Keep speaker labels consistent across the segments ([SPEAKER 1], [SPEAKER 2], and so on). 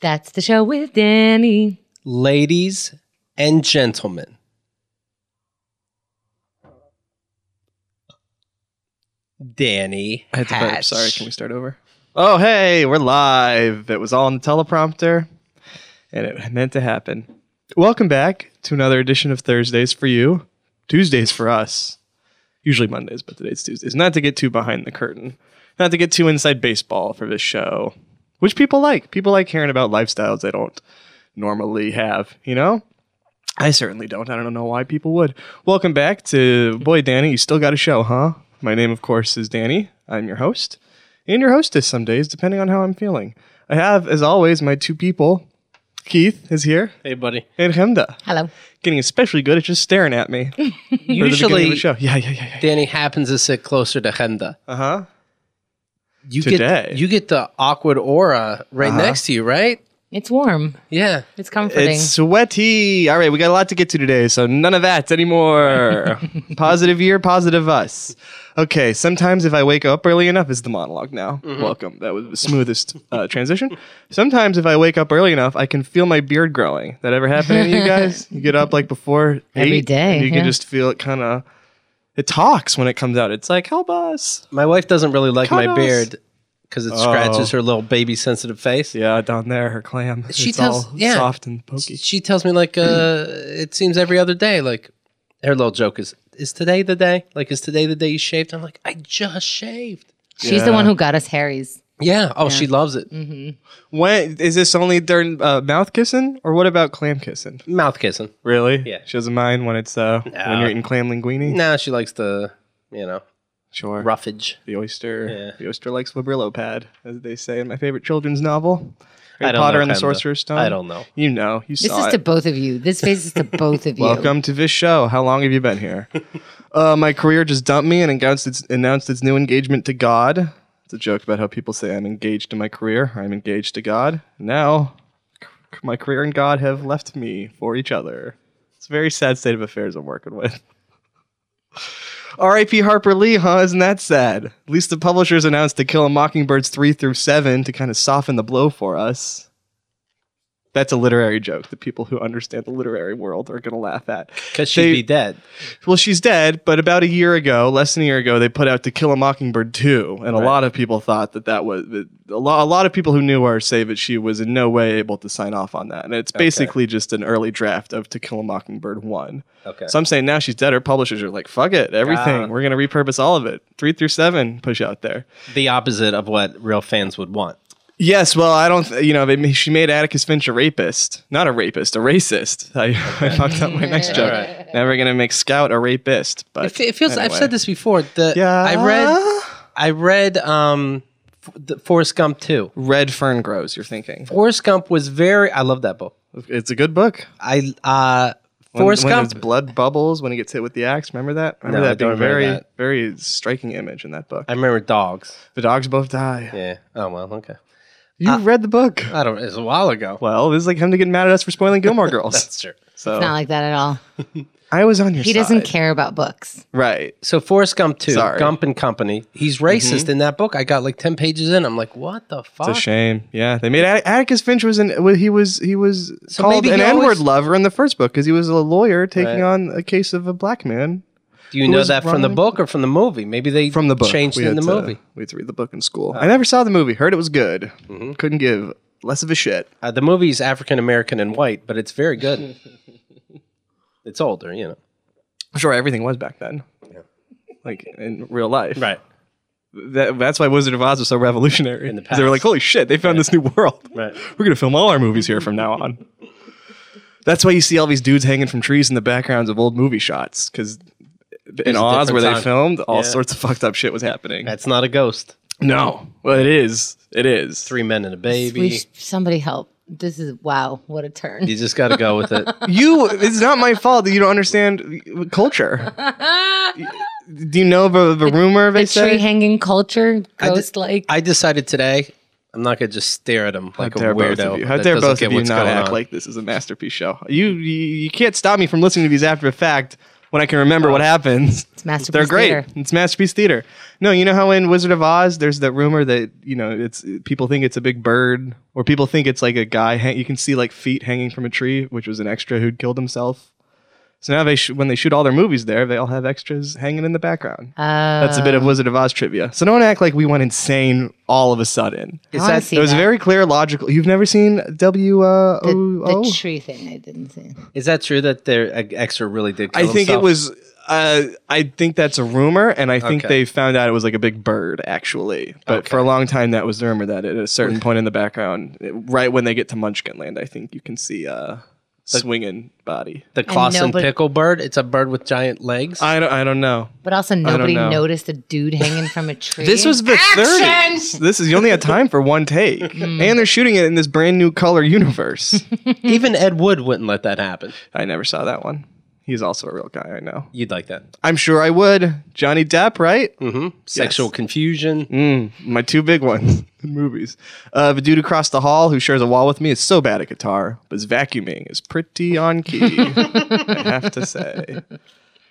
[SPEAKER 1] That's the show with Danny.
[SPEAKER 2] Ladies and gentlemen, Danny
[SPEAKER 3] I had to burp.
[SPEAKER 2] Hatch.
[SPEAKER 3] Sorry, can we start over?
[SPEAKER 4] Oh, hey, we're live. It was all on the teleprompter, and it meant to happen. Welcome back to another edition of Thursdays for you, Tuesdays for us. Usually Mondays, but today's Tuesdays. Not to get too behind the curtain, not to get too inside baseball for this show, which people like. People like hearing about lifestyles they don't normally have, you know? I certainly don't. I don't know why people would. Welcome back to Boy Danny. You still got a show, huh? My name, of course, is Danny. I'm your host and your hostess some days, depending on how I'm feeling. I have, as always, my two people. Keith is here,
[SPEAKER 2] Hey, buddy.
[SPEAKER 4] and Hemda.
[SPEAKER 1] Hello.
[SPEAKER 4] Getting especially good at just staring at me. for the beginning of the
[SPEAKER 2] Usually,
[SPEAKER 4] show. Yeah, yeah, yeah, yeah.
[SPEAKER 2] Danny happens to sit closer to Hemda.
[SPEAKER 4] Uh huh.
[SPEAKER 2] You
[SPEAKER 4] Today. Uh-huh.
[SPEAKER 2] get you get the awkward aura right next to you, right?
[SPEAKER 1] It's warm.
[SPEAKER 2] Yeah.
[SPEAKER 1] It's comforting.
[SPEAKER 4] It's sweaty. All right, we got a lot to get to today, so none of that anymore. positive year, positive us. Okay, sometimes if I wake up early enough, is the monologue now. Welcome. That was the smoothest uh, transition. Sometimes if I wake up early enough, I can feel my beard growing. That ever happen to you guys? You get up like before
[SPEAKER 1] Every
[SPEAKER 4] every
[SPEAKER 1] day,
[SPEAKER 4] day, and you
[SPEAKER 1] yeah.
[SPEAKER 4] can just feel it kind of. It talks when it comes out. It's like help us.
[SPEAKER 2] My wife doesn't really like my
[SPEAKER 4] Cuddles. Oh.
[SPEAKER 2] beard because it scratches her little baby sensitive face.
[SPEAKER 4] Yeah, down there, her clam.
[SPEAKER 2] She
[SPEAKER 4] it's
[SPEAKER 2] tells-
[SPEAKER 4] all
[SPEAKER 2] yeah.
[SPEAKER 4] soft and pokey.
[SPEAKER 2] She tells me like uh it seems every other day like her little joke is is today the day? Like is today the day you shaved? I'm like I just shaved.
[SPEAKER 1] She's the
[SPEAKER 4] Yeah.
[SPEAKER 1] one who got us Harry's.
[SPEAKER 2] Yeah. Oh, she loves it.
[SPEAKER 4] When is this only during uh, mouth kissing, or what about clam kissing?
[SPEAKER 2] Mouth kissing.
[SPEAKER 4] Really?
[SPEAKER 2] Yeah.
[SPEAKER 4] She doesn't mind when it's uh when you're eating clam linguine.
[SPEAKER 2] Now she likes the you know
[SPEAKER 4] Sure.
[SPEAKER 2] roughage.
[SPEAKER 4] The oyster.
[SPEAKER 2] Yeah.
[SPEAKER 4] The oyster likes Librillo pad, as they say in my favorite children's novel, Harry
[SPEAKER 2] I don't
[SPEAKER 4] Potter
[SPEAKER 2] know,
[SPEAKER 4] and the
[SPEAKER 2] Panda.
[SPEAKER 4] Sorcerer's Stone.
[SPEAKER 2] I don't know.
[SPEAKER 4] You know. You
[SPEAKER 1] This
[SPEAKER 4] saw
[SPEAKER 1] is
[SPEAKER 4] it.
[SPEAKER 1] to both of you. This face is to both of you.
[SPEAKER 4] Welcome to this show. How long have you been here? uh, my career just dumped me and announced its, announced its new engagement to God. It's a joke about how people say I'm engaged to my career or I'm engaged to God. Now, c- my career and God have left me for each other. It's a very sad state of affairs I'm working with. R.I.P. Harper Lee, huh? Isn't that sad? At least the publishers announced To Kill a Mockingbird's 3 through 7 to kind of soften the blow for us. That's a literary joke that people who understand the literary world are going to laugh at.
[SPEAKER 2] Because she'd
[SPEAKER 4] They-
[SPEAKER 2] be dead.
[SPEAKER 4] Well, she's dead, but about a year ago, less than a year ago, they put out To Kill a Mockingbird 2, and a lot of people thought that that was that a, lo- a lot of people who knew her say that she was in no way able to sign off on that. And it's basically just an early draft of To Kill a Mockingbird 1.
[SPEAKER 2] Okay.
[SPEAKER 4] So I'm saying now she's dead, her publishers are like, fuck it, everything.
[SPEAKER 2] Ah.
[SPEAKER 4] We're going to repurpose all of it. 3 through 7 push out there.
[SPEAKER 2] the opposite of what real fans would want.
[SPEAKER 4] Yes, well, I don't, th- you know, they, ma- she made Atticus Finch a rapist. Not a rapist, a racist. I, I fucked up my next joke. Never going to make Scout a rapist, but
[SPEAKER 2] It, fe- it feels. I've
[SPEAKER 4] anyway.
[SPEAKER 2] said this before. The,
[SPEAKER 4] Yeah.
[SPEAKER 2] I read. I read. Um, F- the Forrest Gump too.
[SPEAKER 4] Red Fern Grows, you're thinking.
[SPEAKER 2] Forrest Gump was very. I love that book.
[SPEAKER 4] It's a good book.
[SPEAKER 2] I uh,
[SPEAKER 4] When,
[SPEAKER 2] Forrest
[SPEAKER 4] when
[SPEAKER 2] Gump.
[SPEAKER 4] his blood bubbles when he gets hit with the axe. Remember that? Remember
[SPEAKER 2] No, I
[SPEAKER 4] that
[SPEAKER 2] don't
[SPEAKER 4] being
[SPEAKER 2] remember
[SPEAKER 4] very,
[SPEAKER 2] that.
[SPEAKER 4] very striking image in that book.
[SPEAKER 2] I remember dogs.
[SPEAKER 4] The dogs both die.
[SPEAKER 2] Yeah. Uh, Oh well. Okay.
[SPEAKER 4] You read the book.
[SPEAKER 2] I don't. It's a while ago.
[SPEAKER 4] well, this is like him to get mad at us for spoiling Gilmore Girls.
[SPEAKER 2] That's true.
[SPEAKER 4] so
[SPEAKER 1] Not like that at all.
[SPEAKER 4] I was on your
[SPEAKER 1] He
[SPEAKER 4] side.
[SPEAKER 1] doesn't care about books.
[SPEAKER 4] Right.
[SPEAKER 2] So Forrest Gump too.
[SPEAKER 4] Sorry. Mm-hmm.
[SPEAKER 2] Gump and Company. He's racist in that book. I got like ten pages in. I'm like, what the fuck?
[SPEAKER 4] It's a shame. Yeah, they made Att- Atticus Finch was an well, he was he was called
[SPEAKER 2] maybe
[SPEAKER 4] an
[SPEAKER 2] he
[SPEAKER 4] N word
[SPEAKER 2] always-
[SPEAKER 4] lover in the first book because he was a lawyer taking
[SPEAKER 2] Right.
[SPEAKER 4] on a case of a black man
[SPEAKER 2] Do you
[SPEAKER 4] Who
[SPEAKER 2] know
[SPEAKER 4] was
[SPEAKER 2] that from the
[SPEAKER 4] Ronald-
[SPEAKER 2] book or from the movie? Maybe they
[SPEAKER 4] from the book.
[SPEAKER 2] changed
[SPEAKER 4] We
[SPEAKER 2] it in the
[SPEAKER 4] had to-
[SPEAKER 2] movie.
[SPEAKER 4] We had to read the book in school. I never saw the movie. Heard it was good.
[SPEAKER 2] Mm-hmm.
[SPEAKER 4] Couldn't give less of a shit.
[SPEAKER 2] Uh, the movie's African American and white, but it's very good. it's older, you know.
[SPEAKER 4] I'm sure everything was back then. Like in real life.
[SPEAKER 2] Right.
[SPEAKER 4] That, that's why Wizard of Oz was so revolutionary.
[SPEAKER 2] the
[SPEAKER 4] 'Cause They were like,
[SPEAKER 2] past.
[SPEAKER 4] holy shit, they found this new world.
[SPEAKER 2] Right.
[SPEAKER 4] We're going to film all our movies here from now on. that's why you see all these dudes hanging from trees in the backgrounds of old movie shots. Because in
[SPEAKER 2] a
[SPEAKER 4] Oz,
[SPEAKER 2] different
[SPEAKER 4] where they
[SPEAKER 2] time.
[SPEAKER 4] filmed, all
[SPEAKER 2] Yeah.
[SPEAKER 4] sorts of fucked up shit was happening.
[SPEAKER 2] That's not a ghost.
[SPEAKER 4] no. Well, it is. It is.
[SPEAKER 2] Three men and a
[SPEAKER 1] We
[SPEAKER 2] baby.
[SPEAKER 1] sh- somebody help. This is wow. What a turn.
[SPEAKER 2] You just got to go with it.
[SPEAKER 4] you it's not my fault that you don't understand culture do you know the, the rumor they
[SPEAKER 1] the tree
[SPEAKER 4] say
[SPEAKER 1] hanging culture,
[SPEAKER 2] I de-
[SPEAKER 1] ghost like.
[SPEAKER 2] I decided today I'm not going to just stare at him like a weirdo.
[SPEAKER 4] both of you how
[SPEAKER 2] that
[SPEAKER 4] dare
[SPEAKER 2] doesn't
[SPEAKER 4] both
[SPEAKER 2] get
[SPEAKER 4] of you
[SPEAKER 2] what's
[SPEAKER 4] not
[SPEAKER 2] going
[SPEAKER 4] act
[SPEAKER 2] on.
[SPEAKER 4] like this is a masterpiece show you, you you can't stop me from listening to these after the fact when I can remember what happens.
[SPEAKER 1] It's masterpiece.
[SPEAKER 4] They're great.
[SPEAKER 1] Theater.
[SPEAKER 4] It's masterpiece theater. No, you know how in Wizard of Oz, there's that rumor that you know it's people think it's a big bird, or people think it's like a guy. Hang- you can see like feet hanging from a tree, which was an extra who'd killed himself. So now they sh- when they shoot all their movies there, they all have extras hanging in the background.
[SPEAKER 1] Uh,
[SPEAKER 4] That's a bit of
[SPEAKER 1] Oh.
[SPEAKER 4] Wizard of Oz trivia. So don't act like we went insane all of a sudden.
[SPEAKER 1] I
[SPEAKER 2] Is
[SPEAKER 1] wanna
[SPEAKER 2] that-
[SPEAKER 1] see
[SPEAKER 4] It was
[SPEAKER 1] that.
[SPEAKER 4] very clear, logical. You've never seen W uh,
[SPEAKER 1] the,
[SPEAKER 4] O
[SPEAKER 1] the
[SPEAKER 4] O?
[SPEAKER 1] tree thing I didn't see.
[SPEAKER 2] Is that true that their uh, extra really did? Kill
[SPEAKER 4] I think it
[SPEAKER 2] himself?
[SPEAKER 4] was. Uh, I think that's a rumor, and I think
[SPEAKER 2] Okay.
[SPEAKER 4] they found out it was like a big bird, actually. But for a
[SPEAKER 2] Okay.
[SPEAKER 4] long time, that was the rumor that at a certain point in the background, it- right when they get to Munchkinland, I think you can see uh, swinging body.
[SPEAKER 2] the Clausen
[SPEAKER 1] nobody-
[SPEAKER 2] pickle bird. It's a bird with giant legs.
[SPEAKER 4] I don't. I don't know.
[SPEAKER 1] But also, nobody
[SPEAKER 4] know.
[SPEAKER 1] noticed a dude hanging from a tree.
[SPEAKER 4] This was the 30s. This is you only had time for one take, and they're shooting it in this brand new color universe.
[SPEAKER 2] Even Ed Wood wouldn't let that happen.
[SPEAKER 4] I never saw that one. He's also a real guy. I know.
[SPEAKER 2] You'd like that.
[SPEAKER 4] I'm sure I would. Johnny Depp, right?
[SPEAKER 2] Sexual confusion.
[SPEAKER 4] Mm. My two big ones in movies. Uh, the dude across the hall who shares a wall with me is so bad at guitar, but his vacuuming is pretty on key. I have to say.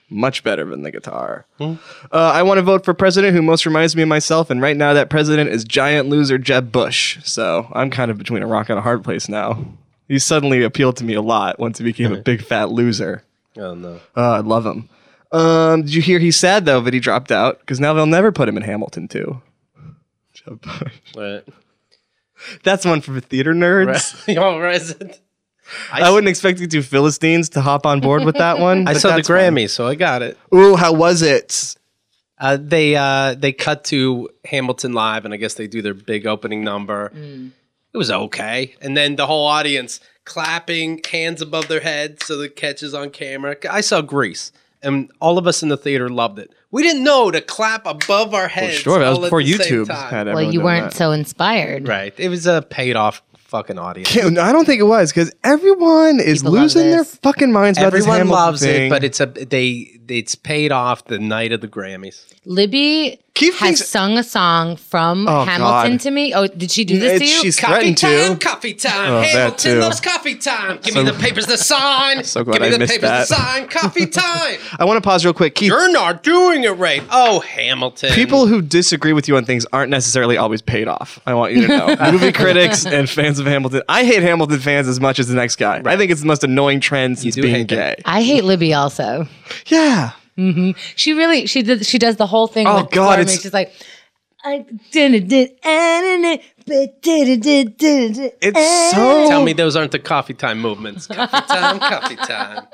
[SPEAKER 4] Much better than the guitar. Uh, I want to vote for president who most reminds me of myself, and right now that president is giant loser Jeb Bush. So I'm kind of between a rock and a hard place now. He suddenly appealed to me a lot once he became a big fat loser.
[SPEAKER 2] Oh no.
[SPEAKER 4] Uh, I love him. Um, did you hear he's sad though that he dropped out? Because now they'll never put him in Hamilton too.
[SPEAKER 2] Right.
[SPEAKER 4] That's one for theater nerds.
[SPEAKER 2] Y'all resident.
[SPEAKER 4] I wouldn't expect you two Philistines to hop on board with that one.
[SPEAKER 2] I
[SPEAKER 4] but
[SPEAKER 2] saw the
[SPEAKER 4] that's fine.
[SPEAKER 2] Grammy, so I got it.
[SPEAKER 4] Ooh, how was it?
[SPEAKER 2] Uh, they uh, they cut to Hamilton live, and I guess they do their big opening number. It was okay, and then the whole audience clapping, hands above their heads, so the catch is on camera. I saw Grease, and all of us in the theater loved it. We didn't know to clap above our heads.
[SPEAKER 4] Sure, that was
[SPEAKER 2] all at
[SPEAKER 4] before
[SPEAKER 2] the same
[SPEAKER 4] YouTube
[SPEAKER 2] time.
[SPEAKER 4] had
[SPEAKER 1] well, you
[SPEAKER 4] everyone doing
[SPEAKER 1] weren't
[SPEAKER 4] that.
[SPEAKER 1] so inspired.
[SPEAKER 2] Right, it was a paid off fucking audience.
[SPEAKER 4] Yeah, no, I don't think it was because everyone is
[SPEAKER 1] People love
[SPEAKER 4] losing their
[SPEAKER 1] this.
[SPEAKER 4] fucking minds about this
[SPEAKER 2] Everyone
[SPEAKER 4] Hamilton
[SPEAKER 2] loves
[SPEAKER 4] thing.
[SPEAKER 2] it, but it's a they it's paid off the night of the Grammys.
[SPEAKER 1] Libby
[SPEAKER 4] Keith
[SPEAKER 1] has
[SPEAKER 4] thinks-
[SPEAKER 1] sung a song from
[SPEAKER 4] Oh,
[SPEAKER 1] Hamilton
[SPEAKER 4] God.
[SPEAKER 1] to me. Oh, did she do this to
[SPEAKER 4] It's-
[SPEAKER 1] you?
[SPEAKER 4] she's threatened
[SPEAKER 2] time,
[SPEAKER 4] to.
[SPEAKER 2] coffee time.
[SPEAKER 4] Oh, that
[SPEAKER 2] Hamilton
[SPEAKER 4] too.
[SPEAKER 2] loves coffee time. Give
[SPEAKER 4] So-
[SPEAKER 2] me the papers to sign.
[SPEAKER 4] So glad
[SPEAKER 2] Give me
[SPEAKER 4] I
[SPEAKER 2] the
[SPEAKER 4] missed
[SPEAKER 2] papers
[SPEAKER 4] that.
[SPEAKER 2] to sign. Coffee time.
[SPEAKER 4] I want to pause real quick. Keith,
[SPEAKER 2] You're not doing it right. Oh, Hamilton.
[SPEAKER 4] people who disagree with you on things aren't necessarily always paid off. I want you to know. Movie critics and fans of Hamilton. I hate Hamilton fans as much as the next guy. I think it's the most annoying trend since
[SPEAKER 2] do
[SPEAKER 4] being
[SPEAKER 2] hate them.
[SPEAKER 4] gay.
[SPEAKER 1] I hate Libby also.
[SPEAKER 4] Yeah.
[SPEAKER 1] She really she did she does the whole thing.
[SPEAKER 4] Oh,
[SPEAKER 1] with for
[SPEAKER 4] God,
[SPEAKER 1] me.
[SPEAKER 4] it's-
[SPEAKER 1] she's like I did it did and it but did it did did it.
[SPEAKER 4] It's so
[SPEAKER 2] Tell me those aren't the coffee time movements. Coffee time, coffee time.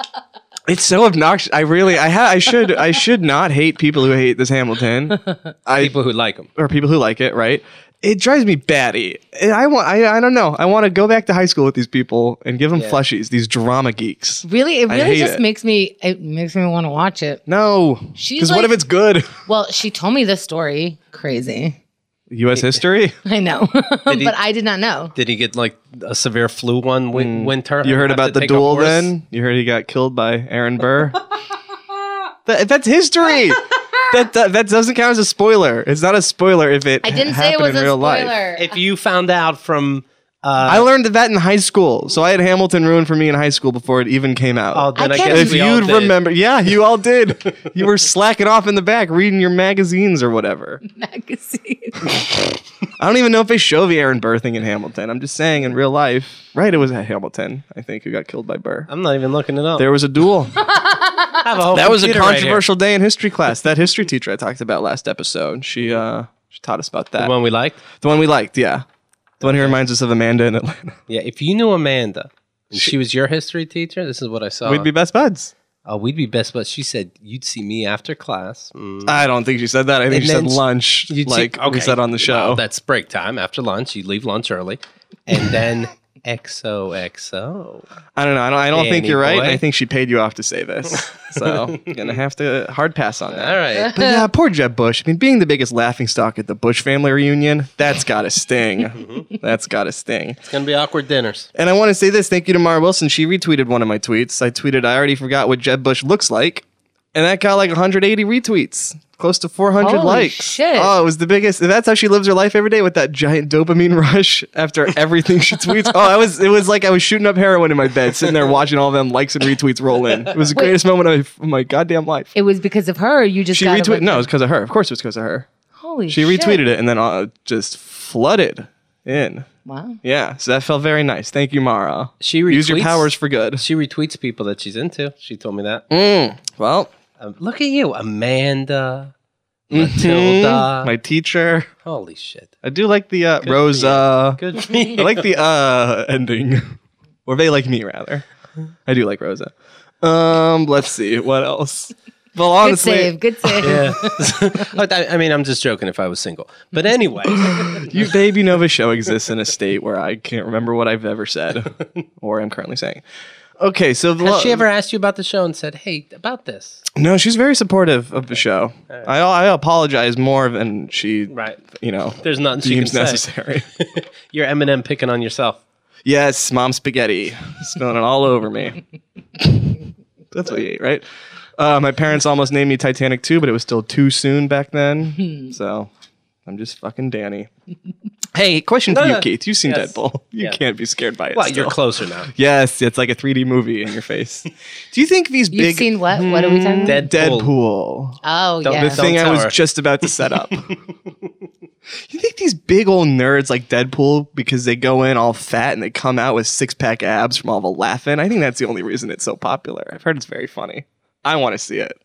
[SPEAKER 4] It's so obnoxious. I really, I ha- I should, I should not hate people who hate this Hamilton, I
[SPEAKER 2] People who like them.
[SPEAKER 4] or people who like it, right? It drives me batty. And I want, I, I don't know. I want to go back to high school with these people and give them plushies. These drama geeks.
[SPEAKER 1] Really, it
[SPEAKER 4] I
[SPEAKER 1] really
[SPEAKER 4] hate
[SPEAKER 1] just
[SPEAKER 4] it.
[SPEAKER 1] makes me it makes me want to watch it.
[SPEAKER 4] No,
[SPEAKER 1] She's
[SPEAKER 4] because what if
[SPEAKER 1] like-
[SPEAKER 4] it's good?
[SPEAKER 1] Well, she told me this story. Crazy.
[SPEAKER 4] U.S. history.
[SPEAKER 1] I know.
[SPEAKER 2] he-
[SPEAKER 1] but I did not know.
[SPEAKER 2] Did he get like a severe flu one win- winter?
[SPEAKER 4] You heard
[SPEAKER 2] Have
[SPEAKER 4] about
[SPEAKER 2] to
[SPEAKER 4] the
[SPEAKER 2] take a
[SPEAKER 4] duel
[SPEAKER 2] horse?
[SPEAKER 4] then? You heard he got killed by Aaron Burr? That- that's history. that, that that doesn't count as a spoiler. It's not a spoiler if it
[SPEAKER 1] I didn't say it
[SPEAKER 4] happened
[SPEAKER 1] was
[SPEAKER 4] in
[SPEAKER 1] a
[SPEAKER 4] real
[SPEAKER 1] spoiler.
[SPEAKER 4] life.
[SPEAKER 2] If you found out from. Uh,
[SPEAKER 4] I learned that in high school. So I had Hamilton ruined for me in high school before it even came out.
[SPEAKER 2] oh, then
[SPEAKER 1] I
[SPEAKER 2] I,
[SPEAKER 1] can't-
[SPEAKER 2] guess
[SPEAKER 4] if
[SPEAKER 2] we all
[SPEAKER 4] you'd
[SPEAKER 2] did.
[SPEAKER 4] remember, yeah, you all did. you were slacking off in the back reading your magazines or whatever.
[SPEAKER 1] magazine.
[SPEAKER 4] I don't even know if they show the Aaron Burr thing in Hamilton. I'm just saying in real life, right? It was at Hamilton, I think, who got killed by Burr.
[SPEAKER 2] I'm not even looking it up.
[SPEAKER 4] There was a duel.
[SPEAKER 2] I have a whole
[SPEAKER 4] that was a
[SPEAKER 2] computer right here.
[SPEAKER 4] controversial day in history class. That history teacher I talked about last episode, she uh, she taught us about that.
[SPEAKER 2] The one we liked.
[SPEAKER 4] The one we liked, yeah. The one who reminds us of Amanda in Atlanta.
[SPEAKER 2] Yeah, if you knew Amanda and she, was your history teacher, this is what I saw.
[SPEAKER 4] We'd be best buds.
[SPEAKER 2] uh, we'd be best buds. She said you'd see me after class. Mm.
[SPEAKER 4] I don't think she said that. I
[SPEAKER 2] And
[SPEAKER 4] think she
[SPEAKER 2] then
[SPEAKER 4] said
[SPEAKER 2] s-
[SPEAKER 4] lunch,
[SPEAKER 2] You'd
[SPEAKER 4] like
[SPEAKER 2] see,
[SPEAKER 4] we said on the show.
[SPEAKER 2] well, that's break time after lunch. You leave lunch early, and then XOXO.
[SPEAKER 4] I don't know. I don't, I don't think
[SPEAKER 2] Danny
[SPEAKER 4] you're right.
[SPEAKER 2] boy.
[SPEAKER 4] and I think she paid you off to say this. so gonna have to hard pass on that.
[SPEAKER 2] All right,
[SPEAKER 4] But yeah, poor Jeb Bush. I mean, being the biggest laughingstock at the Bush family reunion, that's got to sting. that's got to sting.
[SPEAKER 2] it's gonna be awkward dinners.
[SPEAKER 4] And I want to say this. Thank you to Mara Wilson. She retweeted one of my tweets. I tweeted, I already forgot what Jeb Bush looks like. and that got like 180 retweets, close to 400
[SPEAKER 1] Holy
[SPEAKER 4] likes.
[SPEAKER 1] shit.
[SPEAKER 4] Oh, it was the biggest. That's how she lives her life every day with that giant dopamine rush after everything she tweets. Oh, I was it was like I was shooting up heroin in my bed, sitting there watching all them likes and retweets roll in. It was the greatest moment of my- my goddamn life.
[SPEAKER 1] It was because of her. You just
[SPEAKER 4] She
[SPEAKER 1] got
[SPEAKER 4] retweeted.
[SPEAKER 1] away-
[SPEAKER 4] No, it was because of her. Of course, it was because of her.
[SPEAKER 1] Holy
[SPEAKER 4] She
[SPEAKER 1] shit.
[SPEAKER 4] retweeted it and then uh, just flooded in.
[SPEAKER 1] Wow.
[SPEAKER 4] Yeah, so that felt very nice. Thank you, Mara.
[SPEAKER 2] She
[SPEAKER 4] use your
[SPEAKER 2] retweets-
[SPEAKER 4] powers for good.
[SPEAKER 2] She retweets people that she's into. She told me that.
[SPEAKER 4] Well,
[SPEAKER 2] Um, look at you, Amanda, Mm-hmm. Matilda.
[SPEAKER 4] my teacher.
[SPEAKER 2] Holy shit.
[SPEAKER 4] I do like the uh, Rose. Uh,
[SPEAKER 2] Good for you.
[SPEAKER 4] I like the uh ending, or they like me rather. I do like Rosa. Um, let's see what else. Well,
[SPEAKER 1] Good
[SPEAKER 4] honestly,
[SPEAKER 1] save. Good save.
[SPEAKER 2] Yeah. Oh, I I mean, I'm just joking if I was single. But anyway,
[SPEAKER 4] you baby Nova show exists in a state where I can't remember what I've ever said or I'm currently saying. Okay, so the
[SPEAKER 2] has she ever asked you about the show and said, hey, about this?
[SPEAKER 4] No, she's very supportive of the show. I I apologize more than she.
[SPEAKER 2] Right.
[SPEAKER 4] You know,
[SPEAKER 2] There's nothing she can
[SPEAKER 4] deems
[SPEAKER 2] say.
[SPEAKER 4] necessary.
[SPEAKER 2] You're Eminem picking on yourself.
[SPEAKER 4] Yes, mom spaghetti, spilling it all over me. That's what you ate, right? Uh, my parents almost named me Titanic too, but it was still too soon back
[SPEAKER 2] Hmm.
[SPEAKER 4] then. so I'm just fucking Danny. Hey, question for
[SPEAKER 2] No,
[SPEAKER 4] you,
[SPEAKER 2] no.
[SPEAKER 4] Keith. You've seen
[SPEAKER 2] Yes.
[SPEAKER 4] Deadpool. You
[SPEAKER 2] Yeah.
[SPEAKER 4] can't be scared by it.
[SPEAKER 2] Well, you're
[SPEAKER 4] still.
[SPEAKER 2] closer now.
[SPEAKER 4] Yes, it's like a 3D movie in your face. Do you think these
[SPEAKER 1] You've
[SPEAKER 4] big Hmm.
[SPEAKER 1] seen what? What are we talking about?
[SPEAKER 2] Deadpool.
[SPEAKER 4] Deadpool?
[SPEAKER 1] Oh,
[SPEAKER 2] Don't-
[SPEAKER 1] yeah.
[SPEAKER 4] the
[SPEAKER 2] Don't
[SPEAKER 4] thing I
[SPEAKER 2] tell
[SPEAKER 4] was
[SPEAKER 2] her.
[SPEAKER 4] just about to set up. you think these big old nerds like Deadpool because they go in all fat and they come out with six pack abs from all the laughing? I think that's the only reason it's so popular. I've heard it's very funny. I want to see it.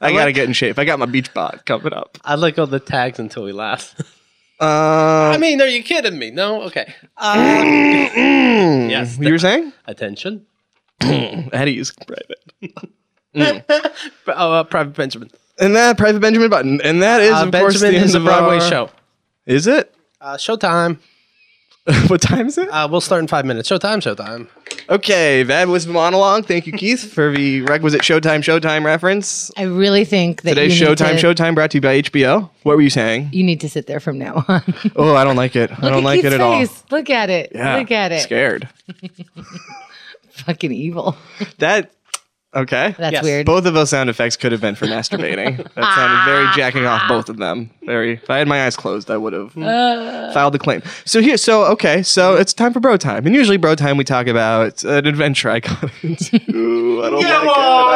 [SPEAKER 4] I, gotta
[SPEAKER 2] like-
[SPEAKER 4] get in shape. I got my beach bod coming up.
[SPEAKER 2] I like all the tags until we laugh. I
[SPEAKER 4] Um,
[SPEAKER 2] mean, are you kidding me? No? Okay. Uh, yes.
[SPEAKER 4] you were saying?
[SPEAKER 2] Mm-hmm. Attention.
[SPEAKER 4] Eddie's private.
[SPEAKER 2] Oh, uh, Private Benjamin.
[SPEAKER 4] And that Private Benjamin Button. And that is
[SPEAKER 2] Uh,
[SPEAKER 4] of course the
[SPEAKER 2] Benjamin
[SPEAKER 4] end
[SPEAKER 2] is a
[SPEAKER 4] of
[SPEAKER 2] Broadway
[SPEAKER 4] our-
[SPEAKER 2] show.
[SPEAKER 4] Is it?
[SPEAKER 2] Uh, showtime.
[SPEAKER 4] what time is it?
[SPEAKER 2] Uh, we'll start in five minutes. Showtime, showtime.
[SPEAKER 4] Okay, that was the monologue. Thank you, Keith, for the requisite Showtime Showtime reference.
[SPEAKER 1] I really think that
[SPEAKER 4] Today's
[SPEAKER 1] you need
[SPEAKER 4] Showtime
[SPEAKER 1] to,
[SPEAKER 4] Showtime brought to you by HBO. What were you saying?
[SPEAKER 1] You need to sit there from now on. Look
[SPEAKER 4] Oh, I don't like it. I
[SPEAKER 1] at
[SPEAKER 4] don't like
[SPEAKER 1] Keith's
[SPEAKER 4] it at all.
[SPEAKER 1] face. Look at it.
[SPEAKER 4] Yeah,
[SPEAKER 1] Look at it.
[SPEAKER 4] Scared.
[SPEAKER 1] Fucking evil.
[SPEAKER 4] That okay.
[SPEAKER 1] That's
[SPEAKER 2] Yes.
[SPEAKER 1] weird.
[SPEAKER 4] both of those sound effects could have been for masturbating. That sounded very
[SPEAKER 1] Ah.
[SPEAKER 4] jacking off both of them. Very if I had my eyes closed, I would have
[SPEAKER 1] Uh.
[SPEAKER 4] filed a claim. So here so okay, so it's time for bro time. And usually bro time we talk about an adventure I got into. I don't like it.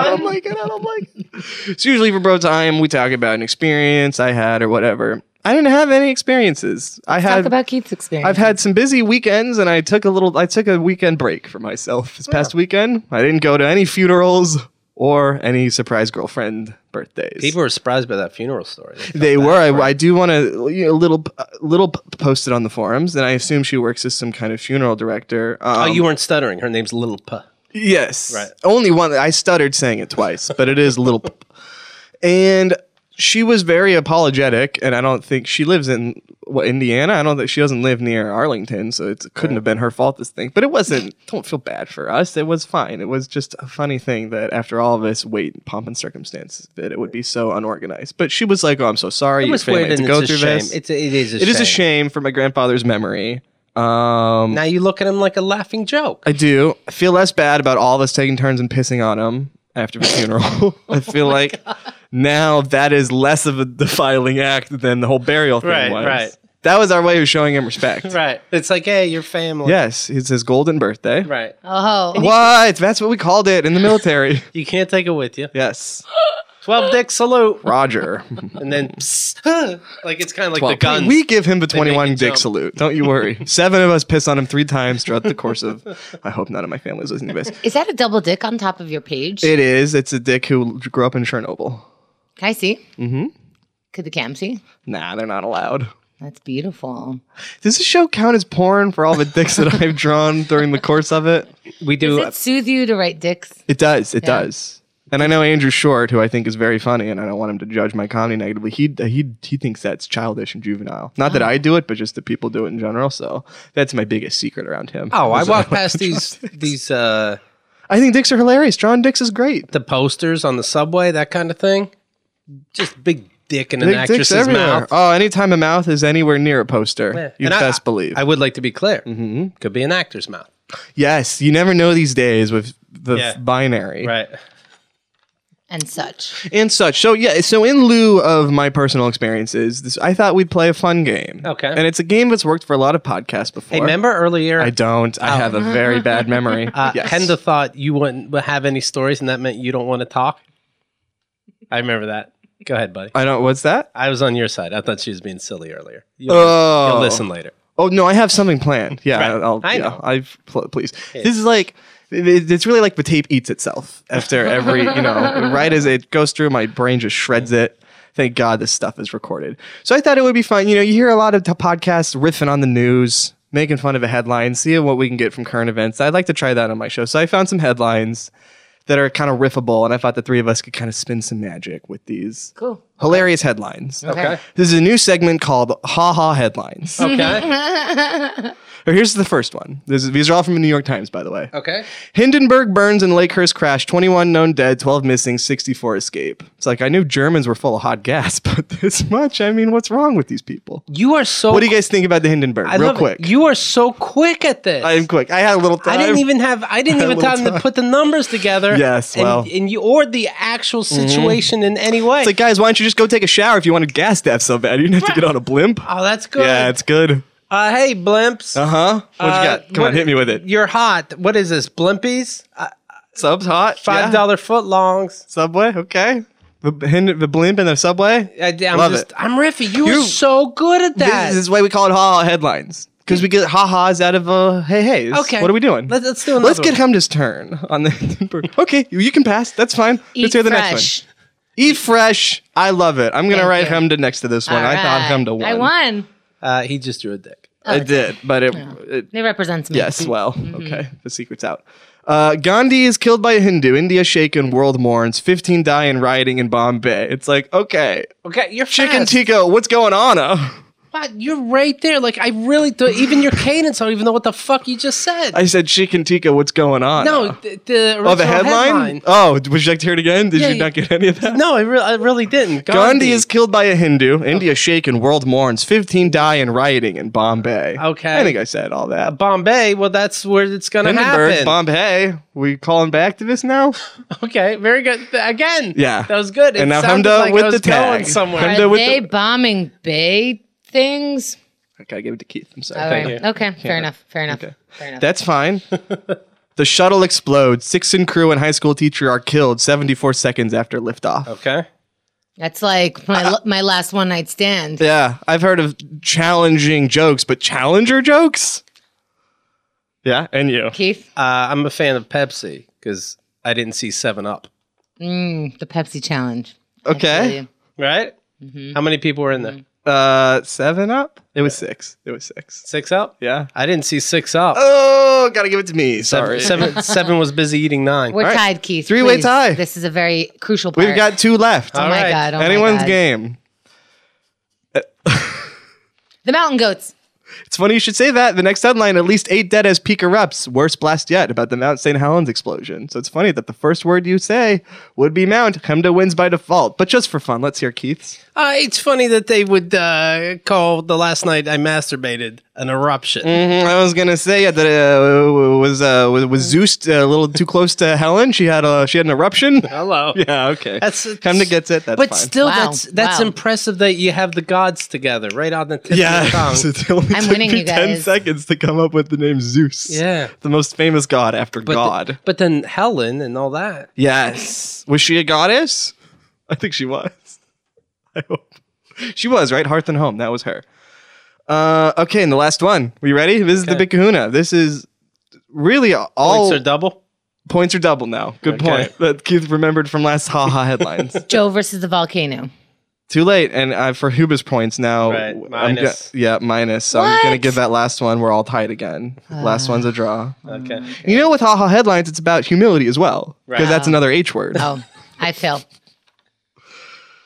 [SPEAKER 4] I don't like it. I don't like it. It's usually for bro time we talk about an experience I had or whatever. I didn't have any experiences. I
[SPEAKER 1] Talk
[SPEAKER 4] had
[SPEAKER 1] about Keith's experience.
[SPEAKER 4] I've had some busy weekends, and I took a little. I took a weekend break for myself this past weekend. I didn't go to any funerals or any surprise girlfriend birthdays.
[SPEAKER 2] People were surprised by that funeral story.
[SPEAKER 4] they were. I, I do want to you know, little uh, little p- post it on the forums, and I assume she works as some kind of funeral director.
[SPEAKER 2] Oh,
[SPEAKER 4] Um,
[SPEAKER 2] you weren't stuttering. Her name's Little Puh.
[SPEAKER 4] Yes.
[SPEAKER 2] Right.
[SPEAKER 4] Only one. I stuttered saying it twice, but it is a little. and she was very apologetic, and I don't think she lives in what Indiana. I don't think she doesn't live near Arlington, so it couldn't have been her fault. This thing, but it wasn't. Don't feel bad for us. It was fine. It was just a funny thing that after all this weight, and pomp, and circumstance, that it would be so unorganized. But she was like, "Oh, I'm so sorry.
[SPEAKER 2] It
[SPEAKER 4] your
[SPEAKER 2] was
[SPEAKER 4] family
[SPEAKER 2] weird
[SPEAKER 4] had
[SPEAKER 2] and
[SPEAKER 4] to go
[SPEAKER 2] it's a
[SPEAKER 4] through
[SPEAKER 2] shame.
[SPEAKER 4] this.
[SPEAKER 2] It's a, it is a
[SPEAKER 4] it
[SPEAKER 2] shame.
[SPEAKER 4] is a shame for my grandfather's memory." Um,
[SPEAKER 2] Now you look at him like a laughing joke.
[SPEAKER 4] I do. I feel less bad about all of us taking turns and pissing on him after the
[SPEAKER 2] Oh
[SPEAKER 4] funeral. I feel like now that is less of a defiling act than the whole burial thing
[SPEAKER 2] Right,
[SPEAKER 4] was.
[SPEAKER 2] right.
[SPEAKER 4] That was our way of showing him respect.
[SPEAKER 2] Right. It's like, hey, your family.
[SPEAKER 4] Yes, it's his golden birthday.
[SPEAKER 2] Right.
[SPEAKER 1] oh,
[SPEAKER 4] What? That's what we called it in the military.
[SPEAKER 2] You can't take it with you.
[SPEAKER 4] yes.
[SPEAKER 2] 12 dick salute.
[SPEAKER 4] Roger.
[SPEAKER 2] And then, psst, like, it's kind of like the guns.
[SPEAKER 4] We give him the 21
[SPEAKER 2] you
[SPEAKER 4] dick
[SPEAKER 2] jump.
[SPEAKER 4] salute. Don't you worry. Seven of us piss on him three times throughout the course of. I hope none of my family is listening to this.
[SPEAKER 1] is that a double dick on top of your page?
[SPEAKER 4] It is. It's a dick who grew up in Chernobyl.
[SPEAKER 1] Can I see? Mm-hmm. Could the cam see?
[SPEAKER 4] Nah, they're not allowed.
[SPEAKER 1] That's beautiful.
[SPEAKER 4] Does this show count as porn for all the dicks that I've drawn during the course of it?
[SPEAKER 2] We do.
[SPEAKER 1] Does it soothe you to write dicks?
[SPEAKER 4] It does. It does. And I know Andrew Short, who I think is very funny, and I don't want him to judge my comedy negatively. He he he thinks that's childish and juvenile. Not
[SPEAKER 2] Oh.
[SPEAKER 4] that I do it, but just that people do it in general. So that's my biggest secret around him.
[SPEAKER 2] Oh, I
[SPEAKER 4] Is
[SPEAKER 2] walk past these these uh
[SPEAKER 4] I think dicks are hilarious. Drawing dicks is great.
[SPEAKER 2] the posters on the subway, that kind of thing. Just big dick in an
[SPEAKER 4] Big dicks
[SPEAKER 2] actress's
[SPEAKER 4] everywhere.
[SPEAKER 2] mouth.
[SPEAKER 4] Oh, anytime a mouth is anywhere near a poster, you
[SPEAKER 2] And I-
[SPEAKER 4] best believe.
[SPEAKER 2] I would like to be clear. Mm-hmm. Could be an actor's mouth.
[SPEAKER 4] yes, you never know these days with the
[SPEAKER 2] Yeah.
[SPEAKER 4] binary.
[SPEAKER 2] Right.
[SPEAKER 1] and such.
[SPEAKER 4] and such. So yeah, so in lieu of my personal experiences, this, I thought we'd play a fun game.
[SPEAKER 2] Okay.
[SPEAKER 4] and it's a game that's worked for a lot of podcasts before.
[SPEAKER 2] Hey, remember earlier?
[SPEAKER 4] I don't. I have a very bad memory.
[SPEAKER 2] Uh,
[SPEAKER 4] Yes.
[SPEAKER 2] Henda thought you wouldn't have any stories, and that meant you don't want to talk. I remember that. Go ahead, buddy.
[SPEAKER 4] I don't. What's that?
[SPEAKER 2] I was on your side. I thought she was being silly earlier. You'll,
[SPEAKER 4] Oh,
[SPEAKER 2] you'll listen later.
[SPEAKER 4] Oh no, I have something planned. Yeah,
[SPEAKER 2] Right.
[SPEAKER 4] I'll,
[SPEAKER 2] I
[SPEAKER 4] I
[SPEAKER 2] know.
[SPEAKER 4] know. I've pl- please. This is like it- it's really like the tape eats itself after every you know right as it goes through my brain just shreds it. Thank God this stuff is recorded. So I thought it would be fun. You know, you hear a lot of t- podcasts riffing on the news, making fun of a headline, seeing what we can get from current events. I'd like to try that on my show. So I found some headlines that are kind of riffable, and I thought the three of us could kind of spin some magic with these
[SPEAKER 1] Cool.
[SPEAKER 4] hilarious headlines.
[SPEAKER 2] Okay.
[SPEAKER 4] This is a new segment called Ha Ha Headlines.
[SPEAKER 2] Okay.
[SPEAKER 4] Or Oh, here's the first one. This is, these are all from the New York Times, by the way.
[SPEAKER 2] okay.
[SPEAKER 4] Hindenburg burns in Lakehurst crash, 21 known dead, 12 missing, 64 escape. It's like, I knew Germans were full of hot gas, but this much? I mean, what's wrong with these people?
[SPEAKER 2] You are so.
[SPEAKER 4] What do you guys think about the Hindenburg?
[SPEAKER 2] I
[SPEAKER 4] Real
[SPEAKER 2] love it.
[SPEAKER 4] quick.
[SPEAKER 2] You are so quick at this.
[SPEAKER 4] I'm quick. I had a little time.
[SPEAKER 2] I didn't even have I didn't even
[SPEAKER 4] little
[SPEAKER 2] time, to put the numbers together.
[SPEAKER 4] Yes,
[SPEAKER 2] and,
[SPEAKER 4] well. Mm-hmm.
[SPEAKER 2] and you or the actual situation in any way.
[SPEAKER 4] It's like, guys, why don't you just go take a shower if you wanted gas death so bad? You didn't have to get on a blimp.
[SPEAKER 2] oh, that's good.
[SPEAKER 4] Yeah, it's good.
[SPEAKER 2] uh, hey, blimps.
[SPEAKER 4] Uh huh. What you
[SPEAKER 2] Uh,
[SPEAKER 4] got? Come
[SPEAKER 2] what-
[SPEAKER 4] on, hit me with it.
[SPEAKER 2] You're hot. What is this? Blimpies? Uh,
[SPEAKER 4] Sub's hot.
[SPEAKER 2] Five
[SPEAKER 4] Yeah.
[SPEAKER 2] dollar foot longs.
[SPEAKER 4] Subway. Okay. The, Hind- the blimp in the subway.
[SPEAKER 2] I, am
[SPEAKER 4] Love
[SPEAKER 2] just
[SPEAKER 4] it.
[SPEAKER 2] I'm riffy. You are
[SPEAKER 4] You-
[SPEAKER 2] so good at that.
[SPEAKER 4] This, this is why we call it ha ha headlines. Because we get ha ha's out of uh, hey hey.
[SPEAKER 2] Okay.
[SPEAKER 4] What are we doing?
[SPEAKER 2] Let- let's do another
[SPEAKER 4] Let's get
[SPEAKER 2] one.
[SPEAKER 4] Hemda's turn on the. okay, you, you can pass. That's fine. let's hear the next
[SPEAKER 1] fresh.
[SPEAKER 4] one. Eat fresh. I love it. I'm gonna
[SPEAKER 1] Thank
[SPEAKER 4] write
[SPEAKER 1] you.
[SPEAKER 4] Hemda next to this one. I thought Hemda won.
[SPEAKER 1] I won.
[SPEAKER 2] uh, he just drew a dick.
[SPEAKER 4] I did, but it. it
[SPEAKER 1] It represents me.
[SPEAKER 4] yes.
[SPEAKER 2] Mm-hmm.
[SPEAKER 4] Well. Okay. The secret's out. Uh, Gandhi is killed by a Hindu. India shaken. World mourns. 15 die in rioting in Bombay. It's like, okay.
[SPEAKER 2] Okay, you're
[SPEAKER 4] Chicken
[SPEAKER 2] fast.
[SPEAKER 4] Tico, what's going on? Uh?
[SPEAKER 2] But you're right there. Like I really do. Even your cadence. I don't even know what the fuck you just said.
[SPEAKER 4] I said, Chicken Tico, what's going on?
[SPEAKER 2] no, th- the original
[SPEAKER 4] Oh, the headline?
[SPEAKER 2] headline.
[SPEAKER 4] Oh, would you like to hear it again? Did
[SPEAKER 2] Yeah,
[SPEAKER 4] you
[SPEAKER 2] yeah.
[SPEAKER 4] not get any of that?
[SPEAKER 2] No, I, re- I really didn't. Gandhi,
[SPEAKER 4] Gandhi is killed by a Hindu. India shaken. World mourns. 15 die in rioting in Bombay.
[SPEAKER 2] Okay.
[SPEAKER 4] I think I said all that.
[SPEAKER 2] Bombay. Well, that's where it's gonna
[SPEAKER 4] Hindenburg,
[SPEAKER 2] happen.
[SPEAKER 4] Bombay. We calling back to this now?
[SPEAKER 2] okay, very good. Th- Again,
[SPEAKER 4] Yeah.
[SPEAKER 2] that was good. It
[SPEAKER 4] And now
[SPEAKER 2] sounded
[SPEAKER 4] Hemda
[SPEAKER 2] like
[SPEAKER 4] with
[SPEAKER 2] I was
[SPEAKER 4] the tag.
[SPEAKER 2] going somewhere.
[SPEAKER 4] Hemda-
[SPEAKER 1] Are
[SPEAKER 4] And, uh, with
[SPEAKER 1] they
[SPEAKER 4] the-
[SPEAKER 1] bombing bay things?
[SPEAKER 4] I gotta give it to Keith. I'm sorry.
[SPEAKER 1] All
[SPEAKER 4] Thank
[SPEAKER 1] right.
[SPEAKER 4] you.
[SPEAKER 1] Oh, Okay. Fair enough. Fair enough. Fair enough.
[SPEAKER 4] That's fine. the shuttle explodes. Six and crew and high school teacher are killed 74 seconds after liftoff.
[SPEAKER 2] okay.
[SPEAKER 1] That's like my my last one night stand.
[SPEAKER 4] Yeah, I've heard of challenging jokes, but challenger jokes? Yeah, and you.
[SPEAKER 1] Keith,
[SPEAKER 2] Uh, I'm a fan of Pepsi because I didn't see Seven Up.
[SPEAKER 1] the Pepsi challenge.
[SPEAKER 4] Okay.
[SPEAKER 2] Right? How many people were in there?
[SPEAKER 4] Uh, seven up? It was six. It was six.
[SPEAKER 2] Six up?
[SPEAKER 4] Yeah.
[SPEAKER 2] I didn't see six up.
[SPEAKER 4] Oh, gotta give it to me. Sorry.
[SPEAKER 2] Seven, seven, seven was busy eating nine.
[SPEAKER 1] We're
[SPEAKER 4] right.
[SPEAKER 1] tied, Keith.
[SPEAKER 4] Three-way
[SPEAKER 1] please.
[SPEAKER 4] tie.
[SPEAKER 1] This is a very crucial part.
[SPEAKER 4] We've got two left.
[SPEAKER 1] Oh
[SPEAKER 2] All
[SPEAKER 1] my
[SPEAKER 2] right.
[SPEAKER 1] god! Oh
[SPEAKER 4] Anyone's
[SPEAKER 1] my god.
[SPEAKER 4] game.
[SPEAKER 1] The mountain goats.
[SPEAKER 4] It's funny you should say that. The next headline: At least eight dead as peak erupts. Worst blast yet about the Mount St. Helens explosion. So it's funny that the first word you say would be Mount. Hemda wins by default. But just for fun, let's hear Keith's.
[SPEAKER 2] Uh, it's funny that they would uh, call the last night I masturbated an eruption.
[SPEAKER 4] Mm-hmm. I was gonna say yeah, that uh, was uh, was, was Zeus uh, a little too close to Helen. She had a she had an eruption.
[SPEAKER 2] Hello.
[SPEAKER 4] yeah, okay.
[SPEAKER 2] That's-
[SPEAKER 4] Hemda gets it. That's
[SPEAKER 2] But
[SPEAKER 4] fine.
[SPEAKER 2] still,
[SPEAKER 1] Wow.
[SPEAKER 2] that's that's
[SPEAKER 1] Wow.
[SPEAKER 2] impressive that you have the gods together right on the tip of
[SPEAKER 4] Yeah,
[SPEAKER 2] your tongue.
[SPEAKER 4] So it only
[SPEAKER 1] I'm
[SPEAKER 4] took
[SPEAKER 1] winning,
[SPEAKER 4] me
[SPEAKER 1] you
[SPEAKER 4] ten
[SPEAKER 1] guys.
[SPEAKER 4] seconds to come up with the name Zeus.
[SPEAKER 2] Yeah.
[SPEAKER 4] the most famous god after
[SPEAKER 2] But
[SPEAKER 4] God.
[SPEAKER 2] th- but then Helen and all that.
[SPEAKER 4] yes, was she a goddess? I think she was. I hope she was right. Hearth and home. That was her. Uh, okay, and the last one. We ready? This is the Big Kahuna. This is really all
[SPEAKER 2] Points are double.
[SPEAKER 4] points are double now. Good
[SPEAKER 2] Okay.
[SPEAKER 4] point that Keith remembered from last haha headlines.
[SPEAKER 1] Joe versus the volcano.
[SPEAKER 4] Too late, and uh, for Huba's points now,
[SPEAKER 2] Right,
[SPEAKER 4] I'm
[SPEAKER 2] minus.
[SPEAKER 4] go- yeah, minus. So I'm gonna give that last one. We're all tied again.
[SPEAKER 1] Ah.
[SPEAKER 4] last one's a draw.
[SPEAKER 2] Okay.
[SPEAKER 4] You know, with haha headlines, it's about humility as well, because
[SPEAKER 2] Right.
[SPEAKER 4] that's another H word.
[SPEAKER 1] Oh, I fail.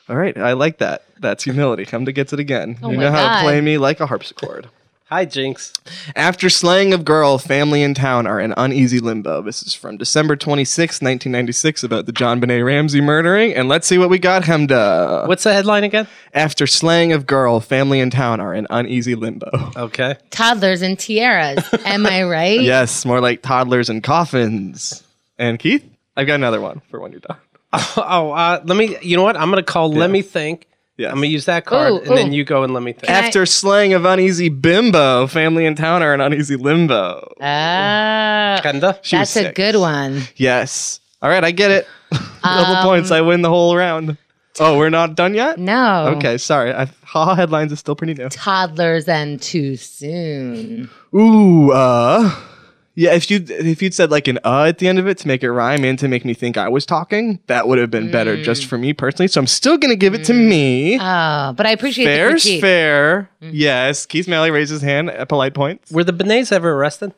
[SPEAKER 4] All right, I like that. That's humility. Come to gets it again. you
[SPEAKER 1] Oh my
[SPEAKER 4] know how
[SPEAKER 1] God.
[SPEAKER 4] to play me like a harpsichord.
[SPEAKER 2] Hi, Jinx.
[SPEAKER 4] After slaying of girl, family and town are in uneasy limbo. This is from December 26, 1996, about the John Benet Ramsey murdering. And let's see what we got, Hemda.
[SPEAKER 2] What's the headline again?
[SPEAKER 4] After slaying of girl, family and town are in uneasy limbo.
[SPEAKER 2] Okay.
[SPEAKER 1] Toddlers and tiaras. Am I right?
[SPEAKER 4] Yes, more like toddlers and coffins. And Keith, I've got another one for when you're done.
[SPEAKER 2] Oh, uh, let me. You know what? I'm gonna call. Let me think.
[SPEAKER 4] Yes.
[SPEAKER 2] I'm gonna use that card,
[SPEAKER 1] Ooh,
[SPEAKER 2] and then
[SPEAKER 1] ooh.
[SPEAKER 2] you go and let me think.
[SPEAKER 1] Can I-
[SPEAKER 4] After slang of uneasy bimbo, family in town are in uneasy limbo.
[SPEAKER 1] Oh,
[SPEAKER 2] Kinda.
[SPEAKER 4] She was
[SPEAKER 1] that's a
[SPEAKER 4] six.
[SPEAKER 1] good one.
[SPEAKER 4] Yes. All right, I get it. Double
[SPEAKER 1] Um,
[SPEAKER 4] points. I win the whole round. Oh, we're not done yet?
[SPEAKER 1] No.
[SPEAKER 4] Okay, sorry. I, haha headlines is still pretty new.
[SPEAKER 1] Toddlers and too soon.
[SPEAKER 4] Ooh, uh. Yeah, if you if you'd said like an uh at the end of it to make it rhyme and to make me think I was talking, that would have been better
[SPEAKER 1] Mm.
[SPEAKER 4] just for me personally. So I'm still gonna give it to me.
[SPEAKER 1] Oh, but I appreciate the Mm-hmm.
[SPEAKER 4] Fair's
[SPEAKER 1] critique.
[SPEAKER 4] fair. Yes. Keith Malley raised his hand at polite points.
[SPEAKER 2] Were the Benets ever arrested?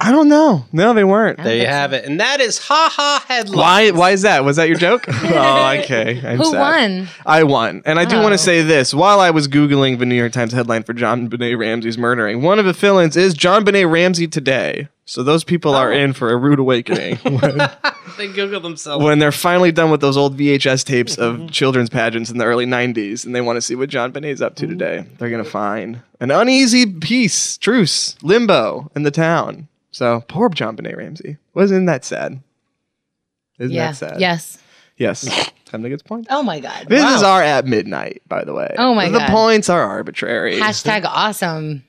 [SPEAKER 4] I don't know. No, they weren't.
[SPEAKER 1] Oh.
[SPEAKER 2] There you have it. And that is ha ha headline.
[SPEAKER 4] Why why is that? Was that your joke? oh, okay. I'm
[SPEAKER 1] Who
[SPEAKER 4] sad.
[SPEAKER 1] won?
[SPEAKER 4] I won. And I do
[SPEAKER 1] Oh.
[SPEAKER 4] want to say this. While I was Googling the New York Times headline for John Benet Ramsey's murdering, one of the fill ins is John Benet Ramsey today. So those people are
[SPEAKER 1] Oh.
[SPEAKER 4] in for a rude awakening when,
[SPEAKER 2] They Google themselves.
[SPEAKER 4] when they're finally done with those old VHS tapes
[SPEAKER 1] Mm-hmm.
[SPEAKER 4] of children's pageants in the early 90s and they want to see what John Benet's up
[SPEAKER 1] Mm-hmm.
[SPEAKER 4] to today. They're going to find an uneasy peace, truce, limbo in the town. So poor John Benet Ramsey. Wasn't that sad? Isn't
[SPEAKER 1] Yeah.
[SPEAKER 4] that sad?
[SPEAKER 1] Yes.
[SPEAKER 4] Yes. Time to get the point.
[SPEAKER 1] Oh my God.
[SPEAKER 4] This
[SPEAKER 2] Wow.
[SPEAKER 4] is our at midnight, by the way.
[SPEAKER 1] Oh my
[SPEAKER 4] the
[SPEAKER 1] God.
[SPEAKER 4] The points are arbitrary.
[SPEAKER 1] Hashtag awesome.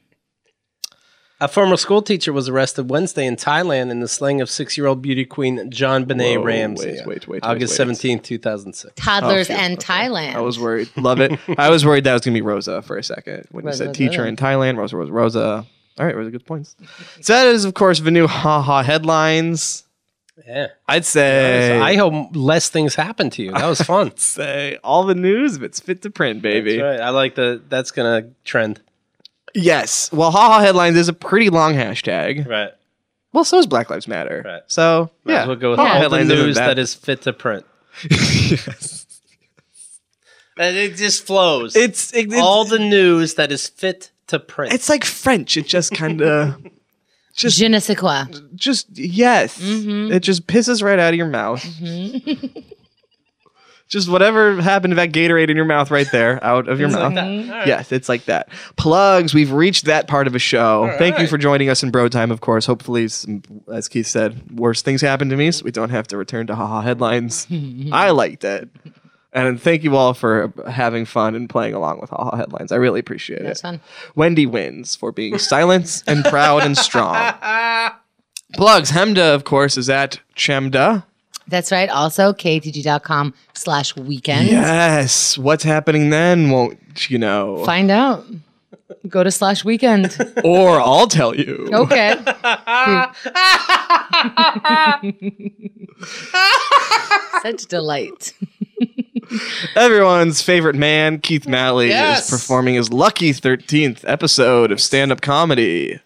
[SPEAKER 2] A former school teacher was arrested Wednesday in Thailand in the slaying of six-year-old beauty queen John Benet
[SPEAKER 4] Whoa,
[SPEAKER 2] Ramsey.
[SPEAKER 4] wait, wait, wait,
[SPEAKER 2] August
[SPEAKER 4] wait, wait.
[SPEAKER 2] seventeenth, two 2006.
[SPEAKER 1] Toddlers
[SPEAKER 4] Oh, phew.
[SPEAKER 1] and
[SPEAKER 4] Okay.
[SPEAKER 1] Thailand.
[SPEAKER 4] I was worried. Love it. I was worried that was gonna be Rosa for a second when
[SPEAKER 1] Rosa,
[SPEAKER 4] you said
[SPEAKER 1] Rosa.
[SPEAKER 4] teacher in Thailand. Rosa, Rosa, Rosa. All right, Rosa, good points. So that is, of course, the new haha headlines.
[SPEAKER 2] Yeah.
[SPEAKER 4] I'd say.
[SPEAKER 2] So I hope less things happen to you. That was fun.
[SPEAKER 4] say all the news that's fit to print, baby.
[SPEAKER 2] That's right. I like the. That's gonna trend.
[SPEAKER 4] Yes. Well, haha headlines is a pretty long hashtag.
[SPEAKER 2] Right.
[SPEAKER 4] Well, so is Black Lives Matter.
[SPEAKER 2] Right.
[SPEAKER 4] So
[SPEAKER 2] Might
[SPEAKER 4] yeah,
[SPEAKER 2] as well go with
[SPEAKER 4] haha
[SPEAKER 2] all the
[SPEAKER 4] isn't
[SPEAKER 2] news
[SPEAKER 4] that-
[SPEAKER 2] that is fit to print. And it just flows.
[SPEAKER 4] It's, it- it's
[SPEAKER 2] all the news that is fit to print.
[SPEAKER 4] It's like French. It just kind of
[SPEAKER 1] Je ne sais quoi.
[SPEAKER 4] just yes.
[SPEAKER 1] Mm-hmm.
[SPEAKER 4] It just pisses right out of your mouth. just whatever happened to that Gatorade in your mouth right there, out of your mouth. Yes, it's like that. Plugs. We've reached that part of a show. Thank you for joining us in Bro Time. Of course. Hopefully, some, as Keith said, worse things happen to me, so we don't have to return to haha headlines. I liked it. And thank you all for having fun and playing along with haha headlines. I really appreciate
[SPEAKER 1] That's
[SPEAKER 4] it.
[SPEAKER 1] fun.
[SPEAKER 4] Wendy wins for being silent and proud and strong. Plugs. Hemda, of course, is at Chemda.
[SPEAKER 1] That's right. Also, ktg.com slash weekend.
[SPEAKER 4] Yes. What's happening then? Won't you know?
[SPEAKER 1] Find out. Go to slash weekend.
[SPEAKER 4] Or I'll tell you.
[SPEAKER 1] Okay. Such delight.
[SPEAKER 4] Everyone's favorite man, Keith Malley,
[SPEAKER 2] Yes.
[SPEAKER 4] is performing his lucky 13th episode of stand up comedy.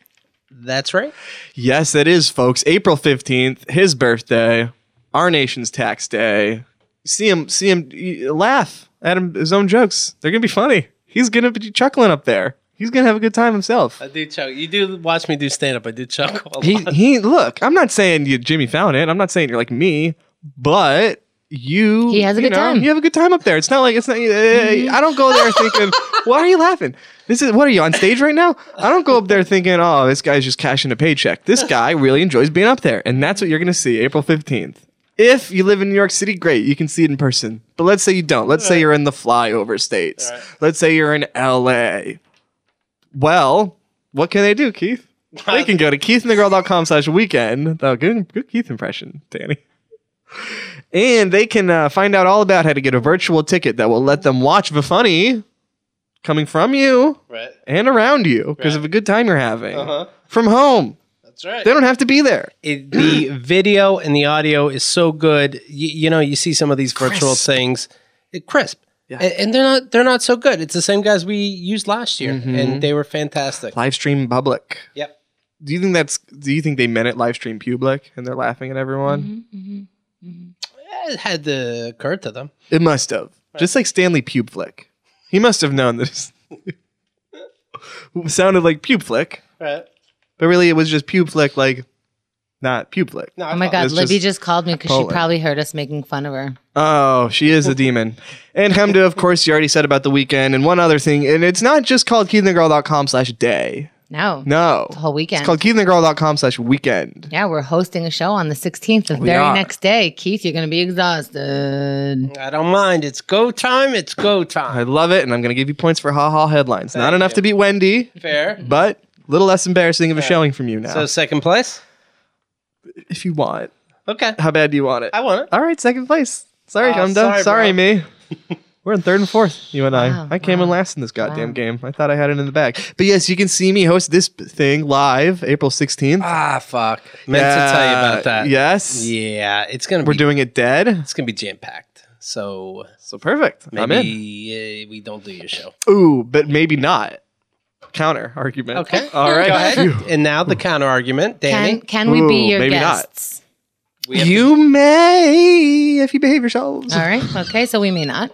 [SPEAKER 2] That's right.
[SPEAKER 4] Yes, it is, folks. April 15th, his birthday, our nation's tax day. See him, see him y- laugh at him, his own jokes. They're going to be funny. He's going to be chuckling up there. He's going to have a good time himself.
[SPEAKER 2] I do chuckle. You do watch me do stand up. I do chuckle. A
[SPEAKER 4] He,
[SPEAKER 2] lot.
[SPEAKER 4] he, look, I'm not saying you Jimmy Fallon it. I'm not saying you're like me, but you.
[SPEAKER 1] He has a
[SPEAKER 4] you
[SPEAKER 1] good time.
[SPEAKER 4] You have a good time up there. It's not like, it's not, uh, I don't go there thinking, why are you laughing? This is, what are you on stage right now? I don't go up there thinking, oh, this guy's just cashing a paycheck. This guy really enjoys being up there. And that's what you're going to see April 15th. If you live in New York City, great, you can see it in person. But let's say you don't. Let's say you're in the flyover states. Let's say you're in LA. Well, what can they do, Keith? They can go to keithandthegirl.com slash weekend. Oh, good, good Keith impression, Danny. And they can uh, find out all about how to get a virtual ticket that will let them watch the funny coming from you
[SPEAKER 2] Right.
[SPEAKER 4] and around you because of a good time you're having from home.
[SPEAKER 2] That's right.
[SPEAKER 4] They don't have to be there.
[SPEAKER 2] it, the video and the audio is so good. Y- you know, you see some of these virtual things, it, crisp, A- and, they're not they're not so good. It's the same guys we used last year, and they were fantastic.
[SPEAKER 4] Live stream public.
[SPEAKER 2] Yep.
[SPEAKER 4] Do you think that's? Do you think they meant it? Live stream public, and they're laughing at everyone.
[SPEAKER 2] It had to occur to them.
[SPEAKER 4] It must have. Just like Stanley Pubeflick. He must have known this. sounded like Pubeflick,
[SPEAKER 2] Right.
[SPEAKER 4] but really it was just Pubeflick, like not Pubeflick.
[SPEAKER 2] No,
[SPEAKER 1] Oh my God.
[SPEAKER 4] It's
[SPEAKER 1] Libby
[SPEAKER 4] just
[SPEAKER 1] just, called me because she
[SPEAKER 4] Poland.
[SPEAKER 1] probably heard us making fun of her.
[SPEAKER 4] Oh, she is a demon. And Hemda, of course, you already said about the weekend. And one other thing, and it's not just called keithandthegirl.com slash day.
[SPEAKER 3] No.
[SPEAKER 4] No.
[SPEAKER 3] The whole weekend.
[SPEAKER 4] It's called keithandthegirl.com slash weekend.
[SPEAKER 3] yeah, we're hosting a show on the 16th, the
[SPEAKER 4] We
[SPEAKER 3] very
[SPEAKER 4] are.
[SPEAKER 3] next day. Keith, you're going to be exhausted.
[SPEAKER 2] I don't mind. It's go time. It's go
[SPEAKER 4] I
[SPEAKER 2] time.
[SPEAKER 4] love it, and I'm going to give you points for ha ha headlines. Not
[SPEAKER 2] Thank
[SPEAKER 4] enough
[SPEAKER 2] you.
[SPEAKER 4] to beat Wendy,
[SPEAKER 2] Fair.
[SPEAKER 4] but a little less embarrassing of a showing from you now.
[SPEAKER 2] So second place.
[SPEAKER 4] if you want,
[SPEAKER 2] Okay.
[SPEAKER 4] how bad do you want it?
[SPEAKER 2] I want it.
[SPEAKER 4] All right, second place. Sorry,
[SPEAKER 2] Oh,
[SPEAKER 4] Gumda. Sorry,
[SPEAKER 2] sorry, bro.
[SPEAKER 4] me. We're in third and fourth, you and I.
[SPEAKER 3] Wow,
[SPEAKER 4] I came
[SPEAKER 3] wow.
[SPEAKER 4] in last in this goddamn
[SPEAKER 3] Wow.
[SPEAKER 4] game. I thought I had it in the bag. But yes, you can see me host this p- thing live April 16th.
[SPEAKER 2] Ah, fuck. Meant to tell you about that.
[SPEAKER 4] Uh, Yes.
[SPEAKER 2] Yeah. It's gonna.
[SPEAKER 4] We're
[SPEAKER 2] be,
[SPEAKER 4] doing it dead.
[SPEAKER 2] It's gonna be jam packed. So
[SPEAKER 4] So perfect. I'm in.
[SPEAKER 2] maybe uh, we don't do your show.
[SPEAKER 4] Ooh, but maybe not. Counter argument.
[SPEAKER 2] Okay.
[SPEAKER 4] All right.
[SPEAKER 2] Go ahead.
[SPEAKER 4] You,
[SPEAKER 2] And now the counter argument, Danny.
[SPEAKER 3] Can, can we
[SPEAKER 4] Ooh,
[SPEAKER 3] be your
[SPEAKER 4] maybe not.
[SPEAKER 3] guests?
[SPEAKER 2] We have-
[SPEAKER 4] you may if you behave yourselves.
[SPEAKER 3] All right. Okay. So we may not.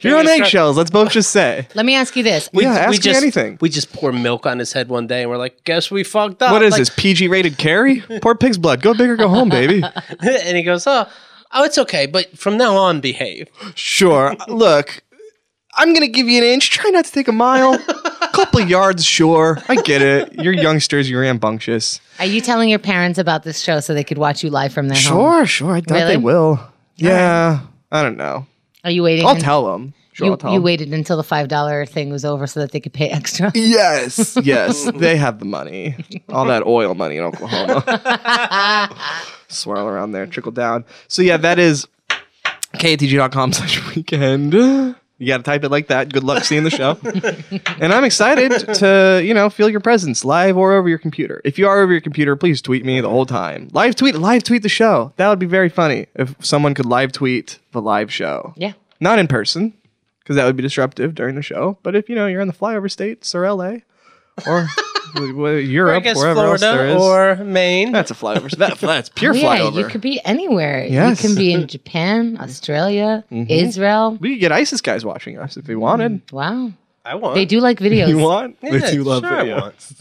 [SPEAKER 4] You're on eggshells. Let's both just say.
[SPEAKER 3] Let me ask you this.
[SPEAKER 4] Yeah, ask me
[SPEAKER 2] just,
[SPEAKER 4] anything.
[SPEAKER 2] We just pour milk on his head one day, and we're like, "Guess we fucked up."
[SPEAKER 4] What is
[SPEAKER 2] Like,
[SPEAKER 4] this? PG rated carry? Poor pig's blood. Go big or go home, baby.
[SPEAKER 2] and he goes, "Oh, oh, it's okay, but from now on, behave."
[SPEAKER 4] Sure. Look, I'm gonna give you an inch. Try not to take a mile. A couple yards, sure. I get it. You're youngsters. You're rambunctious.
[SPEAKER 3] Are you telling your parents about this show so they could watch you live from their home?
[SPEAKER 4] Sure, sure. I doubt
[SPEAKER 3] Um, Really?
[SPEAKER 4] they will. Yeah. I don't know.
[SPEAKER 3] Are you waiting?
[SPEAKER 4] I'll
[SPEAKER 3] un-
[SPEAKER 4] tell them. Sure, I'll
[SPEAKER 3] You,
[SPEAKER 4] tell
[SPEAKER 3] you
[SPEAKER 4] them.
[SPEAKER 3] waited until the five dollar thing was over so that they could pay extra.
[SPEAKER 4] Yes, yes, they have the money. All that oil money in Oklahoma. Swirl around there, trickle down. So yeah, that is katg.com slash weekend. You got to type it like that. Good luck seeing the show. and I'm excited to, you know, feel your presence live or over your computer. If you are over your computer, please tweet me the whole time. Live tweet, live tweet the show. That would be very funny if someone could live tweet the live show
[SPEAKER 3] Yeah.
[SPEAKER 4] not in person because that would be disruptive during the show. But if you know you're in the flyover states or LA or w- w-
[SPEAKER 2] Or I
[SPEAKER 4] Europe,
[SPEAKER 2] guess
[SPEAKER 4] wherever else there
[SPEAKER 2] Florida
[SPEAKER 4] is,
[SPEAKER 2] or Maine.
[SPEAKER 4] that's a flyover. That, that's pure
[SPEAKER 3] yeah,
[SPEAKER 4] flyover.
[SPEAKER 3] you could be anywhere.
[SPEAKER 4] Yes. Mm-hmm.
[SPEAKER 3] You can be in Japan, Australia, Israel.
[SPEAKER 4] we could get ISIS guys watching us if we wanted.
[SPEAKER 3] Wow.
[SPEAKER 2] I want.
[SPEAKER 3] They do like videos.
[SPEAKER 4] You want?
[SPEAKER 2] Mm. Yeah,
[SPEAKER 4] they do love
[SPEAKER 2] sure I
[SPEAKER 4] videos.
[SPEAKER 2] want.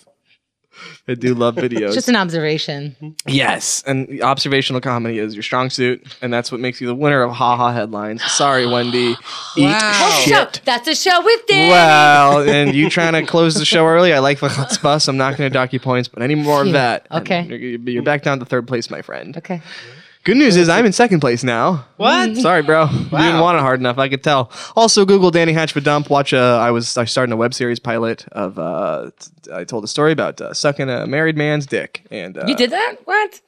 [SPEAKER 4] They do love
[SPEAKER 3] It's just
[SPEAKER 4] videos.
[SPEAKER 3] an observation.
[SPEAKER 4] yes, and observational comedy is your strong suit, and that's what makes you the winner of haha headlines. Sorry, Wendy. Eat
[SPEAKER 2] Wow.
[SPEAKER 3] So
[SPEAKER 4] Oh, shit.
[SPEAKER 3] that's a show with Danny.
[SPEAKER 4] Well, and you trying to close the show early. I like the chutzpah, so I'm not going to dock you points, but any more of
[SPEAKER 3] Phew.
[SPEAKER 4] that. and
[SPEAKER 3] Okay.
[SPEAKER 4] You're, you're back down to third place, my friend.
[SPEAKER 3] Okay. Mm.
[SPEAKER 4] Good news is I'm in second place now.
[SPEAKER 2] What?
[SPEAKER 4] Sorry, bro. You didn't
[SPEAKER 2] Wow.
[SPEAKER 4] want it hard enough. I could tell. Also, Google Danny Hatch for dump. Watch. Uh, I was I was starting a web series pilot of. Uh, t- I told a story about uh, sucking a married man's dick, and uh,
[SPEAKER 3] You did that? What?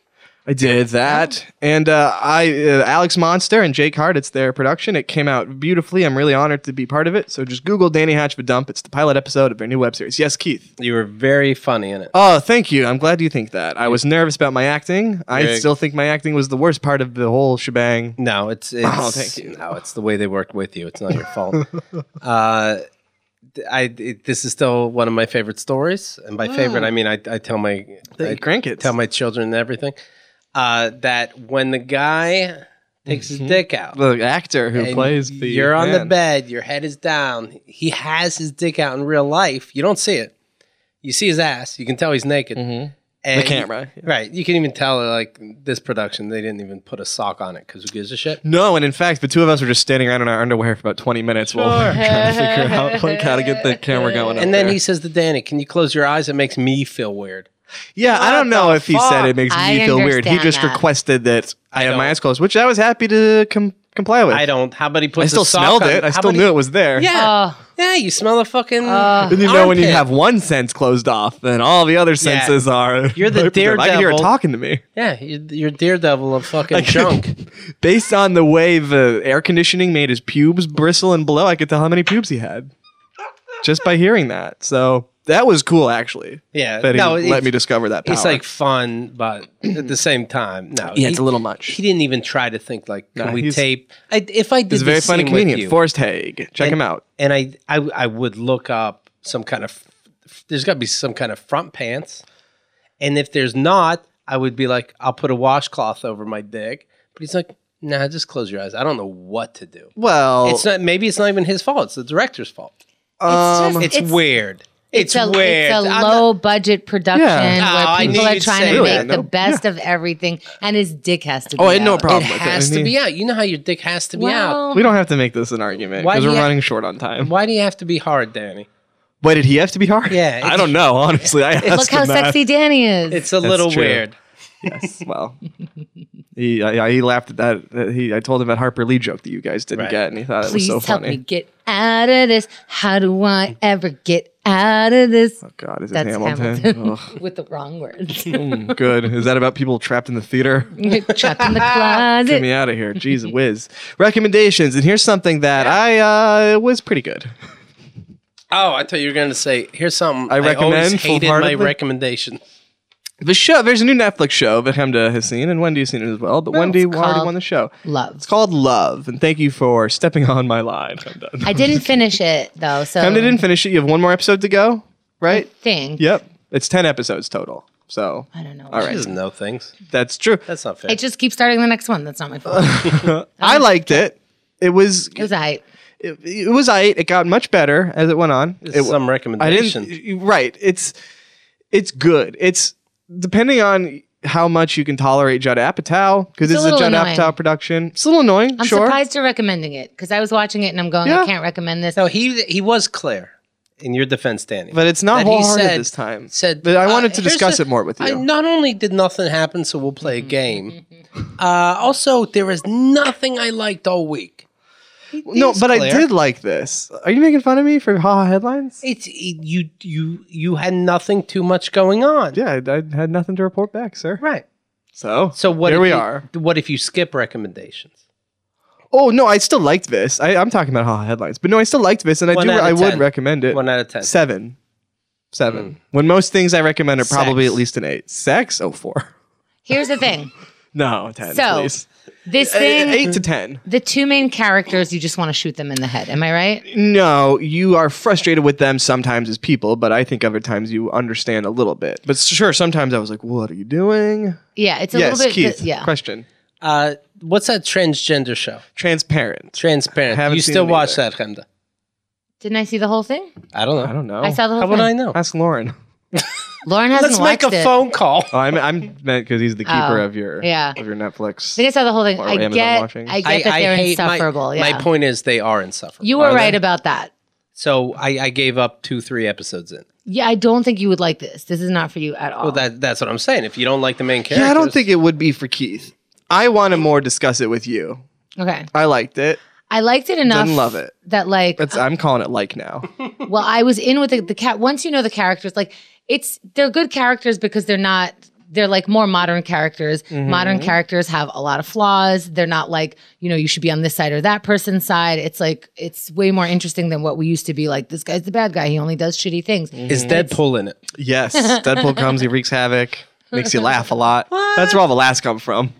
[SPEAKER 4] I did that, and uh, I uh, Alex Monster and Jake Hart. It's their production. It came out beautifully. I'm really honored to be part of it. So just Google Danny Hatch for dump. It's the pilot episode of their new web series. Yes, Keith.
[SPEAKER 2] You were very funny in it.
[SPEAKER 4] Oh, thank you. I'm glad you think that. I was nervous about my acting. I
[SPEAKER 2] Greg.
[SPEAKER 4] still think my acting was the worst part of the whole shebang.
[SPEAKER 2] No, it's, it's
[SPEAKER 4] Oh, thank you.
[SPEAKER 2] No, it's the way they worked with you. It's not your fault. uh, I it, this is still one of my favorite stories, and by favorite I mean I, I tell my I
[SPEAKER 4] grandkids.
[SPEAKER 2] tell my children and everything uh, that when the guy takes his dick out,
[SPEAKER 4] the actor Mm-hmm. who
[SPEAKER 2] and
[SPEAKER 4] plays the
[SPEAKER 2] you're on the
[SPEAKER 4] man.
[SPEAKER 2] bed, your head is down. He has his dick out in real life. You don't see it. You see his ass. You can tell he's naked. And
[SPEAKER 4] Mm-hmm. the camera.
[SPEAKER 2] Right. You can even tell like this production, they didn't even put a sock on it because who gives a shit?
[SPEAKER 4] No, and in fact, the two of us were just standing around in our underwear for about 20 minutes while we were trying to figure out like how to get the camera going. up
[SPEAKER 2] And then
[SPEAKER 4] there.
[SPEAKER 2] he says to Danny, Can you close your eyes? It makes me feel weird.
[SPEAKER 4] yeah, I don't know if he said it makes
[SPEAKER 3] I
[SPEAKER 4] me feel weird. He
[SPEAKER 3] understand
[SPEAKER 4] just
[SPEAKER 3] that.
[SPEAKER 4] requested that I, have my
[SPEAKER 2] don't-
[SPEAKER 4] eyes closed, which I was happy to com- comply with.
[SPEAKER 2] I don't. How about he puts
[SPEAKER 4] I still
[SPEAKER 2] a sock
[SPEAKER 4] smelled
[SPEAKER 2] on?
[SPEAKER 4] it. I
[SPEAKER 2] How
[SPEAKER 4] still
[SPEAKER 2] about
[SPEAKER 4] knew
[SPEAKER 2] he-
[SPEAKER 4] it was there.
[SPEAKER 2] Yeah.
[SPEAKER 3] Oh.
[SPEAKER 2] yeah, you smell the fucking.
[SPEAKER 4] And you know when you
[SPEAKER 2] armpit.
[SPEAKER 4] have one sense closed off, then all the other senses are.
[SPEAKER 2] You're the
[SPEAKER 4] I can hear it
[SPEAKER 2] daredevil.
[SPEAKER 4] talking to me.
[SPEAKER 2] Yeah, you're, you're daredevil of fucking junk.
[SPEAKER 4] Based on the way the air conditioning made his pubes bristle and blow, I could tell how many pubes he had just by hearing that. So that was cool, actually.
[SPEAKER 2] Yeah.
[SPEAKER 4] that he
[SPEAKER 2] No,
[SPEAKER 4] let
[SPEAKER 2] it's-
[SPEAKER 4] me discover that. Power.
[SPEAKER 2] It's like fun, but at the same time, no.
[SPEAKER 4] yeah, it's
[SPEAKER 2] he-
[SPEAKER 4] a little much.
[SPEAKER 2] He didn't even try to think like, can
[SPEAKER 4] No,
[SPEAKER 2] we
[SPEAKER 4] he's-
[SPEAKER 2] tape? I, if I did,
[SPEAKER 4] He's a very
[SPEAKER 2] this
[SPEAKER 4] funny
[SPEAKER 2] scene with
[SPEAKER 4] comedian,
[SPEAKER 2] you,
[SPEAKER 4] Forrest Haig. Check
[SPEAKER 2] And-
[SPEAKER 4] him out.
[SPEAKER 2] and I, I, I would look up some kind of. There's got to be some kind of front pants, and if there's not, I would be like, I'll put a washcloth over my dick. But he's like, Nah, just close your eyes. I don't know what to do.
[SPEAKER 4] Well,
[SPEAKER 2] It's not. Maybe it's not even his fault. It's the director's fault.
[SPEAKER 3] Um,
[SPEAKER 2] It's, weird.
[SPEAKER 3] it's
[SPEAKER 2] It's,
[SPEAKER 3] a,
[SPEAKER 2] weird.
[SPEAKER 3] It's a
[SPEAKER 2] I'm
[SPEAKER 3] low budget production
[SPEAKER 4] Yeah.
[SPEAKER 2] Oh, I
[SPEAKER 3] where people
[SPEAKER 2] knew
[SPEAKER 3] are
[SPEAKER 2] you'd
[SPEAKER 3] trying
[SPEAKER 2] say
[SPEAKER 3] to make
[SPEAKER 4] that.
[SPEAKER 3] the
[SPEAKER 4] Nope.
[SPEAKER 3] best of everything, and his dick has to. Be
[SPEAKER 4] oh, I had
[SPEAKER 3] out.
[SPEAKER 4] no
[SPEAKER 2] not-
[SPEAKER 4] problem.
[SPEAKER 2] it
[SPEAKER 4] with
[SPEAKER 2] has to
[SPEAKER 4] I mean,
[SPEAKER 2] be out. You know how your dick has to be out.
[SPEAKER 3] Mm-hmm. Well,
[SPEAKER 4] We don't have to make this an argument
[SPEAKER 2] Why
[SPEAKER 4] because
[SPEAKER 2] do
[SPEAKER 4] we're
[SPEAKER 2] you-
[SPEAKER 4] running short on time.
[SPEAKER 2] Why do you have to be hard, Danny?
[SPEAKER 4] Why did he have to be hard?
[SPEAKER 2] Yeah,
[SPEAKER 4] I don't know. Honestly, I asked
[SPEAKER 3] Look how
[SPEAKER 4] him that.
[SPEAKER 3] sexy Danny is.
[SPEAKER 2] It's a
[SPEAKER 4] That's
[SPEAKER 2] little
[SPEAKER 4] true.
[SPEAKER 2] weird.
[SPEAKER 4] Yes. Well, he I, I- he laughed at that. that He I told him that Harper Lee joke that you guys didn't
[SPEAKER 2] Right.
[SPEAKER 4] get, and he thought
[SPEAKER 3] Please
[SPEAKER 4] it was so
[SPEAKER 3] help
[SPEAKER 4] funny.
[SPEAKER 3] me get out of this. How do I ever get out of this?
[SPEAKER 4] God, is it
[SPEAKER 3] That's
[SPEAKER 4] Hamilton?
[SPEAKER 3] Hamilton.
[SPEAKER 4] Ugh.
[SPEAKER 3] With the wrong words.
[SPEAKER 4] Mm, good. Is that about people trapped in the theater?
[SPEAKER 3] Chuck in the
[SPEAKER 4] Get
[SPEAKER 3] closet.
[SPEAKER 4] me out of here. Jeez whiz. Recommendations. And here's something that I uh was pretty good.
[SPEAKER 2] Oh, I thought you were going to say, here's something
[SPEAKER 4] I
[SPEAKER 2] I, always
[SPEAKER 4] recommend
[SPEAKER 2] hated my
[SPEAKER 4] full-heartedly.
[SPEAKER 2] recommendation.
[SPEAKER 4] The show there's a new Netflix show that Hemda has seen and Wendy has seen it as well, but Wendy
[SPEAKER 3] it's
[SPEAKER 4] already
[SPEAKER 3] called-
[SPEAKER 4] won the show.
[SPEAKER 3] Love.
[SPEAKER 4] It's called Love, and thank you for stepping on my line. I'm done.
[SPEAKER 3] I didn't finish it though, so
[SPEAKER 4] Hemda didn't finish it. You have one more episode to go, right?
[SPEAKER 3] think.
[SPEAKER 4] Yep. It's ten episodes total. So
[SPEAKER 3] I don't know.
[SPEAKER 4] All
[SPEAKER 2] She
[SPEAKER 4] right.
[SPEAKER 2] doesn't know things.
[SPEAKER 4] that's true.
[SPEAKER 2] That's not fair.
[SPEAKER 3] I just keep starting the next one. That's not my fault.
[SPEAKER 4] I liked it. It was
[SPEAKER 3] It was I.
[SPEAKER 4] it, it was I. It got much better as it went on.
[SPEAKER 2] This
[SPEAKER 4] It-
[SPEAKER 2] is some
[SPEAKER 4] I
[SPEAKER 2] recommendation.
[SPEAKER 4] didn't. Right. It's it's good. It's depending on how much you can tolerate Judd Apatow because
[SPEAKER 3] It's a
[SPEAKER 4] this is a
[SPEAKER 3] little
[SPEAKER 4] Judd
[SPEAKER 3] annoying.
[SPEAKER 4] Apatow production. It's a little annoying.
[SPEAKER 3] I'm
[SPEAKER 4] sure.
[SPEAKER 3] surprised you're recommending it because I was watching it and I'm going,
[SPEAKER 4] Yeah.
[SPEAKER 3] I can't recommend this.
[SPEAKER 2] no, he he was clear in your defense, Danny.
[SPEAKER 4] But it's not
[SPEAKER 2] That he
[SPEAKER 4] wholehearted
[SPEAKER 2] said-
[SPEAKER 4] this time.
[SPEAKER 2] said,
[SPEAKER 4] but I
[SPEAKER 2] uh,
[SPEAKER 4] wanted to
[SPEAKER 2] here's
[SPEAKER 4] discuss
[SPEAKER 2] the-
[SPEAKER 4] it more with you.
[SPEAKER 2] I, not only did nothing happen, so we'll play a
[SPEAKER 3] Mm-hmm.
[SPEAKER 2] game. Uh, also, there is nothing I liked all week.
[SPEAKER 4] no,
[SPEAKER 2] He's
[SPEAKER 4] but I
[SPEAKER 2] clear.
[SPEAKER 4] did like this. Are you making fun of me for haha headlines?
[SPEAKER 2] It's it, you you you had nothing too much going on.
[SPEAKER 4] Yeah, I, I had nothing to report back, sir.
[SPEAKER 2] Right.
[SPEAKER 4] So
[SPEAKER 2] So what?
[SPEAKER 4] Here
[SPEAKER 2] if
[SPEAKER 4] we
[SPEAKER 2] you-
[SPEAKER 4] are.
[SPEAKER 2] What if you skip recommendations?
[SPEAKER 4] Oh no, I still liked this. I, I'm talking about haha headlines, but no, I still liked this, and I
[SPEAKER 2] One
[SPEAKER 4] do.
[SPEAKER 2] out of
[SPEAKER 4] I would
[SPEAKER 2] 10.
[SPEAKER 4] recommend it.
[SPEAKER 2] One out of ten.
[SPEAKER 4] Seven. Seven.
[SPEAKER 3] Hmm.
[SPEAKER 4] When most things I recommend are probably
[SPEAKER 2] Sex.
[SPEAKER 4] at least an eight. Sex? Oh, four.
[SPEAKER 3] Here's the thing.
[SPEAKER 4] No, ten,
[SPEAKER 3] So,
[SPEAKER 4] please.
[SPEAKER 3] This
[SPEAKER 4] A-
[SPEAKER 3] thing,
[SPEAKER 4] Eight to ten.
[SPEAKER 3] the two main characters, you just want to shoot them in the head. Am I right?
[SPEAKER 4] No, you are frustrated with them sometimes as people, but I think other times you understand a little bit. But sure, sometimes I was like, what are you doing?
[SPEAKER 3] Yeah, it's a
[SPEAKER 4] yes,
[SPEAKER 3] little bit.
[SPEAKER 4] Keith.
[SPEAKER 3] yeah.
[SPEAKER 4] Question.
[SPEAKER 2] Uh, what's that transgender show?
[SPEAKER 4] Transparent.
[SPEAKER 2] Transparent.
[SPEAKER 4] Haven't
[SPEAKER 2] you
[SPEAKER 4] seen
[SPEAKER 2] still
[SPEAKER 4] it
[SPEAKER 2] watch that, Hemda?
[SPEAKER 3] Didn't I see the whole thing?
[SPEAKER 2] I don't know.
[SPEAKER 4] I don't know.
[SPEAKER 3] I saw the whole
[SPEAKER 2] How
[SPEAKER 3] thing.
[SPEAKER 2] would I know?
[SPEAKER 4] Ask Lauren.
[SPEAKER 3] Lauren hasn't
[SPEAKER 2] Let's make
[SPEAKER 3] watched
[SPEAKER 2] a
[SPEAKER 3] it.
[SPEAKER 2] phone call.
[SPEAKER 4] Oh, I'm, I'm meant because he's the keeper
[SPEAKER 3] Oh,
[SPEAKER 4] of your
[SPEAKER 3] yeah.
[SPEAKER 4] of your
[SPEAKER 3] I think
[SPEAKER 4] Netflix.
[SPEAKER 3] I saw the whole thing.
[SPEAKER 4] Or
[SPEAKER 3] I
[SPEAKER 4] Amazon
[SPEAKER 3] get,
[SPEAKER 4] watching.
[SPEAKER 3] I get that they're insufferable.
[SPEAKER 2] My,
[SPEAKER 3] yeah.
[SPEAKER 2] my point is they are insufferable.
[SPEAKER 3] you were
[SPEAKER 4] Are
[SPEAKER 3] right
[SPEAKER 4] they?
[SPEAKER 3] about that.
[SPEAKER 2] so I, I gave up two, three episodes in.
[SPEAKER 3] Yeah, I don't think you would like this. This is not for you at all.
[SPEAKER 2] Well, that that's what I'm saying. If you don't like the main character,
[SPEAKER 4] Yeah, I don't think it would be for Keith. I want to more discuss it with you.
[SPEAKER 3] okay.
[SPEAKER 4] I liked it.
[SPEAKER 3] I liked it enough.
[SPEAKER 4] Didn't love it.
[SPEAKER 3] That like,
[SPEAKER 4] That's I'm calling it like now.
[SPEAKER 3] well, I was in with the, the cat. Once you know the characters, like it's they're good characters because they're not. They're like more modern characters. Modern characters have a lot of flaws. They're not like you know you should be on this side or that person's side. It's like it's way more interesting than what we used to be. Like this guy's the bad guy. He only does shitty things.
[SPEAKER 2] is Deadpool in it.
[SPEAKER 4] Yes, Deadpool comes, he wreaks havoc, makes you laugh a lot. That's where all the laughs come from.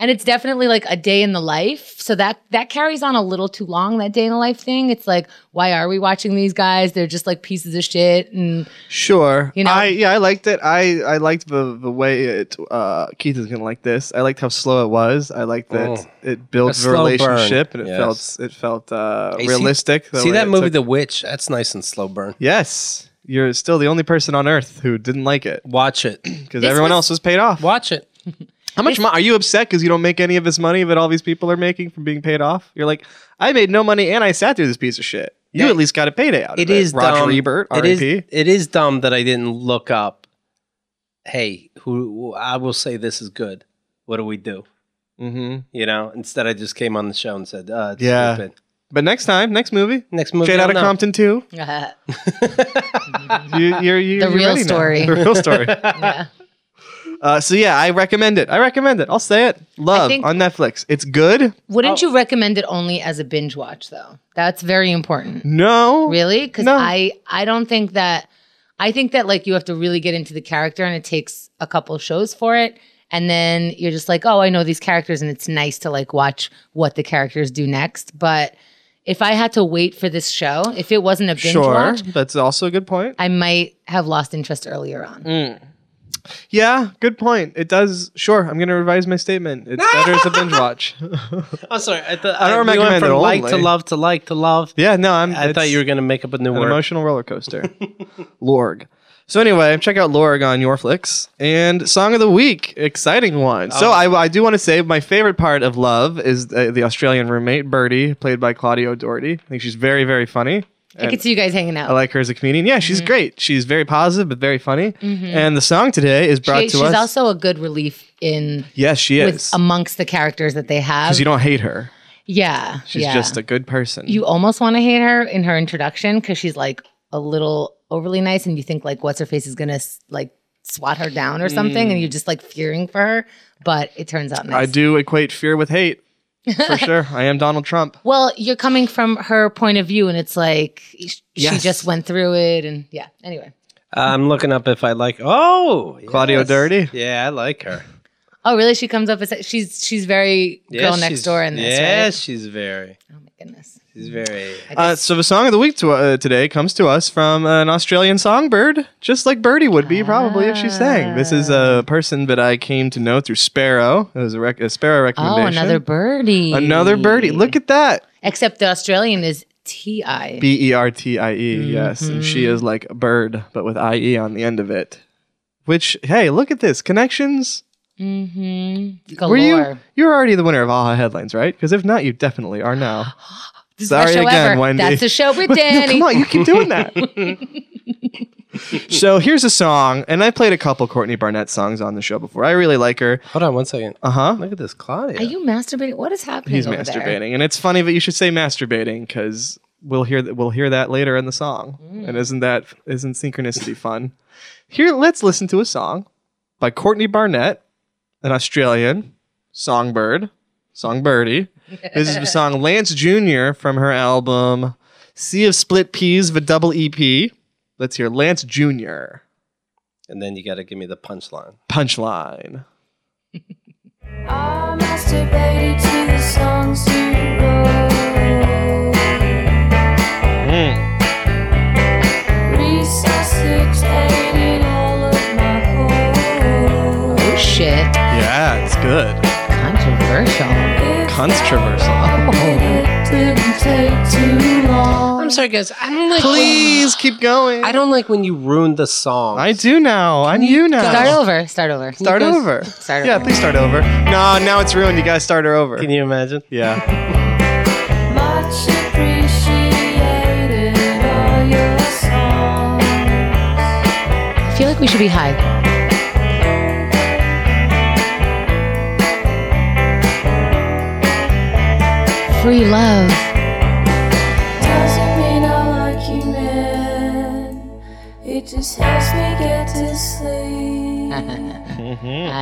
[SPEAKER 3] and it's definitely like a day in the life so that that carries on a little too long that day in the life thing it's like why are we watching these guys they're just like pieces of shit and
[SPEAKER 4] Sure, you
[SPEAKER 3] know?
[SPEAKER 4] I yeah, I liked it. I I liked the the way it. Uh, Keith is gonna like this. I liked how slow it was. I liked that
[SPEAKER 2] Oh.
[SPEAKER 4] it
[SPEAKER 2] A
[SPEAKER 4] built the
[SPEAKER 2] slow
[SPEAKER 4] relationship,
[SPEAKER 2] burn.
[SPEAKER 4] and it
[SPEAKER 2] Yes.
[SPEAKER 4] felt it felt uh,
[SPEAKER 2] Hey, see-
[SPEAKER 4] realistic. the
[SPEAKER 2] See
[SPEAKER 4] way
[SPEAKER 2] that
[SPEAKER 4] it
[SPEAKER 2] movie,
[SPEAKER 4] took-
[SPEAKER 2] The Witch? That's nice and slow burn.
[SPEAKER 4] yes, you're still the only person on Earth who didn't like it
[SPEAKER 2] Watch it.
[SPEAKER 4] because everyone
[SPEAKER 3] was-
[SPEAKER 4] else was paid off.
[SPEAKER 2] Watch it.
[SPEAKER 4] How much mo- are you upset because you don't make any of this money that all these people are making from being paid off? You're like, I made no money and I sat through this piece of shit. You
[SPEAKER 2] Yeah.
[SPEAKER 4] at least got a payday out of it.
[SPEAKER 2] It is
[SPEAKER 4] Roger
[SPEAKER 2] dumb.
[SPEAKER 4] Ebert,
[SPEAKER 2] It
[SPEAKER 4] R.I.P.
[SPEAKER 2] is. It is dumb that I didn't look up. Hey, who? I will say this is good. What do we do?
[SPEAKER 4] Mm-hmm.
[SPEAKER 2] You know. Instead, I just came on the show and said, uh, it's
[SPEAKER 4] Yeah.
[SPEAKER 2] stupid.
[SPEAKER 4] But next time, next movie,
[SPEAKER 2] Next movie.
[SPEAKER 4] Straight
[SPEAKER 2] I'll
[SPEAKER 4] Outta
[SPEAKER 2] know.
[SPEAKER 4] Compton Two. You, you're, you
[SPEAKER 3] The
[SPEAKER 4] you're
[SPEAKER 3] real
[SPEAKER 4] ready now.
[SPEAKER 3] story.
[SPEAKER 4] The real story.
[SPEAKER 3] yeah.
[SPEAKER 4] uh, so yeah, I recommend it. I recommend it. I'll say it. Love
[SPEAKER 3] think-
[SPEAKER 4] on Netflix. It's good.
[SPEAKER 3] wouldn't
[SPEAKER 4] Oh.
[SPEAKER 3] you recommend it only as a binge watch though that's very important
[SPEAKER 4] No,
[SPEAKER 3] really because
[SPEAKER 4] No.
[SPEAKER 3] i i don't think that i think that like you have to really get into the character and it takes a couple shows for it and then you're just like oh i know these characters and it's nice to like watch what the characters do next but if i had to wait for this show if it wasn't a binge
[SPEAKER 4] sure.
[SPEAKER 3] watch
[SPEAKER 4] That's also a good point.
[SPEAKER 3] I might have lost interest earlier on.
[SPEAKER 4] Mm. Yeah, good point. It does. Sure, I'm gonna revise my statement. It's better as a binge watch.
[SPEAKER 2] I'm Oh, sorry. I, th-
[SPEAKER 4] I don't
[SPEAKER 2] we went
[SPEAKER 4] recommend
[SPEAKER 2] from
[SPEAKER 4] it
[SPEAKER 2] like to
[SPEAKER 4] only.
[SPEAKER 2] love to like to love.
[SPEAKER 4] Yeah, no, I'm.
[SPEAKER 2] I thought
[SPEAKER 4] it's-
[SPEAKER 2] you were gonna make up a new
[SPEAKER 4] an
[SPEAKER 2] word.
[SPEAKER 4] emotional roller coaster. Lorg. So anyway, check out Lorg on your flicks and song of the week, exciting one.
[SPEAKER 2] Oh.
[SPEAKER 4] So I, I do want to say my favorite part of Love is uh, the Australian roommate Birdie, played by Claudio Doherty. I think she's very very funny.
[SPEAKER 3] I could see you guys hanging out.
[SPEAKER 4] I like her as a comedian. Yeah,
[SPEAKER 2] Mm-hmm.
[SPEAKER 4] she's great. She's very positive but very funny. And the song today is brought
[SPEAKER 3] She-
[SPEAKER 4] to
[SPEAKER 3] she's
[SPEAKER 4] us.
[SPEAKER 3] also a good relief in
[SPEAKER 4] yes, she
[SPEAKER 3] with
[SPEAKER 4] is.
[SPEAKER 3] amongst the characters that they have.
[SPEAKER 4] Because you don't hate her.
[SPEAKER 3] yeah,
[SPEAKER 4] She's
[SPEAKER 3] yeah.
[SPEAKER 4] just a good person.
[SPEAKER 3] you almost want to hate her in her introduction because she's like a little overly nice, and you think like what's her face is gonna s- like swat her down or something, and you're just like fearing for her. But it turns out nice.
[SPEAKER 4] Mm. I do equate fear with hate. For sure. I am Donald Trump.
[SPEAKER 3] Well, you're coming from her point of view, and it's like sh- she
[SPEAKER 4] Yes.
[SPEAKER 3] just went through it, and yeah. Anyway,
[SPEAKER 2] I'm looking up if I like. Oh,
[SPEAKER 4] Claudio
[SPEAKER 2] yes.
[SPEAKER 4] Dirty?
[SPEAKER 2] Yeah, I like her.
[SPEAKER 3] oh really? She comes up as she's she's very
[SPEAKER 2] Yes,
[SPEAKER 3] girl next
[SPEAKER 2] she's-
[SPEAKER 3] door in this,
[SPEAKER 2] Yes, she's very.
[SPEAKER 3] right? Oh my goodness.
[SPEAKER 2] She's very.
[SPEAKER 4] Uh, so the song of the week to, uh, today comes to us from an Australian songbird, just like Birdie would be probably if she sang. This is
[SPEAKER 3] Ah.
[SPEAKER 4] a person that I came to know through Sparrow. It was a, rec- a Sparrow
[SPEAKER 3] Oh,
[SPEAKER 4] recommendation.
[SPEAKER 3] another birdie.
[SPEAKER 4] Another birdie. Look at that.
[SPEAKER 3] Except the Australian is T I.
[SPEAKER 4] B E R T I E. Yes, and she
[SPEAKER 3] Mm-hmm.
[SPEAKER 4] is like a bird, but with I E on the end of it. Which hey, look at this connections.
[SPEAKER 3] Mm-hmm.
[SPEAKER 4] Were
[SPEAKER 3] Galore.
[SPEAKER 4] you you were already the winner of all headlines, right? Because if not, you definitely are now.
[SPEAKER 3] This is
[SPEAKER 4] Sorry
[SPEAKER 3] our show
[SPEAKER 4] again,
[SPEAKER 3] ever.
[SPEAKER 4] Wendy.
[SPEAKER 3] That's the show with
[SPEAKER 4] But no,
[SPEAKER 3] Danny.
[SPEAKER 4] come on, you keep doing that. so here's a song, and I played a couple Courtney Barnett songs on the show before. I really like her.
[SPEAKER 2] Hold on one second.
[SPEAKER 4] Uh huh.
[SPEAKER 2] Look at this, Claudia.
[SPEAKER 3] Are you masturbating? What is happening?
[SPEAKER 4] He's
[SPEAKER 3] over
[SPEAKER 4] masturbating, and it's funny that you should say masturbating because we'll hear that we'll hear that later in the song. And isn't that isn't synchronicity fun? Here, let's listen to a song by Courtney Barnett, an Australian songbird, songbirdie. This is the song Lance Jr. from her album Sea of Split Peas, the double EP. Let's hear Lance Jr.
[SPEAKER 2] and then you got to give me the punchline.
[SPEAKER 4] Punchline.
[SPEAKER 5] I masturbated to the songs you wrote. Resuscitated all of my hope.
[SPEAKER 3] There? Oh shit!
[SPEAKER 4] Yeah, it's good.
[SPEAKER 3] Controversial.
[SPEAKER 5] If
[SPEAKER 4] Controversial.
[SPEAKER 5] It didn't take too long.
[SPEAKER 2] I'm sorry, guys. I don't like.
[SPEAKER 4] Please keep going.
[SPEAKER 2] I don't like when you ruin the song.
[SPEAKER 4] I do now. I'm you now.
[SPEAKER 3] Start over. Start over. Can you
[SPEAKER 4] Start
[SPEAKER 3] guys-
[SPEAKER 4] over.
[SPEAKER 3] Start
[SPEAKER 4] Yeah,
[SPEAKER 3] over.
[SPEAKER 4] please start over. No, now it's ruined. You guys start her over.
[SPEAKER 2] Can you imagine?
[SPEAKER 4] yeah.
[SPEAKER 5] Much appreciated all your songs.
[SPEAKER 3] I feel like we should be high. Free love.
[SPEAKER 5] Doesn't mean I like you, man. It just helps me get to sleep.
[SPEAKER 3] I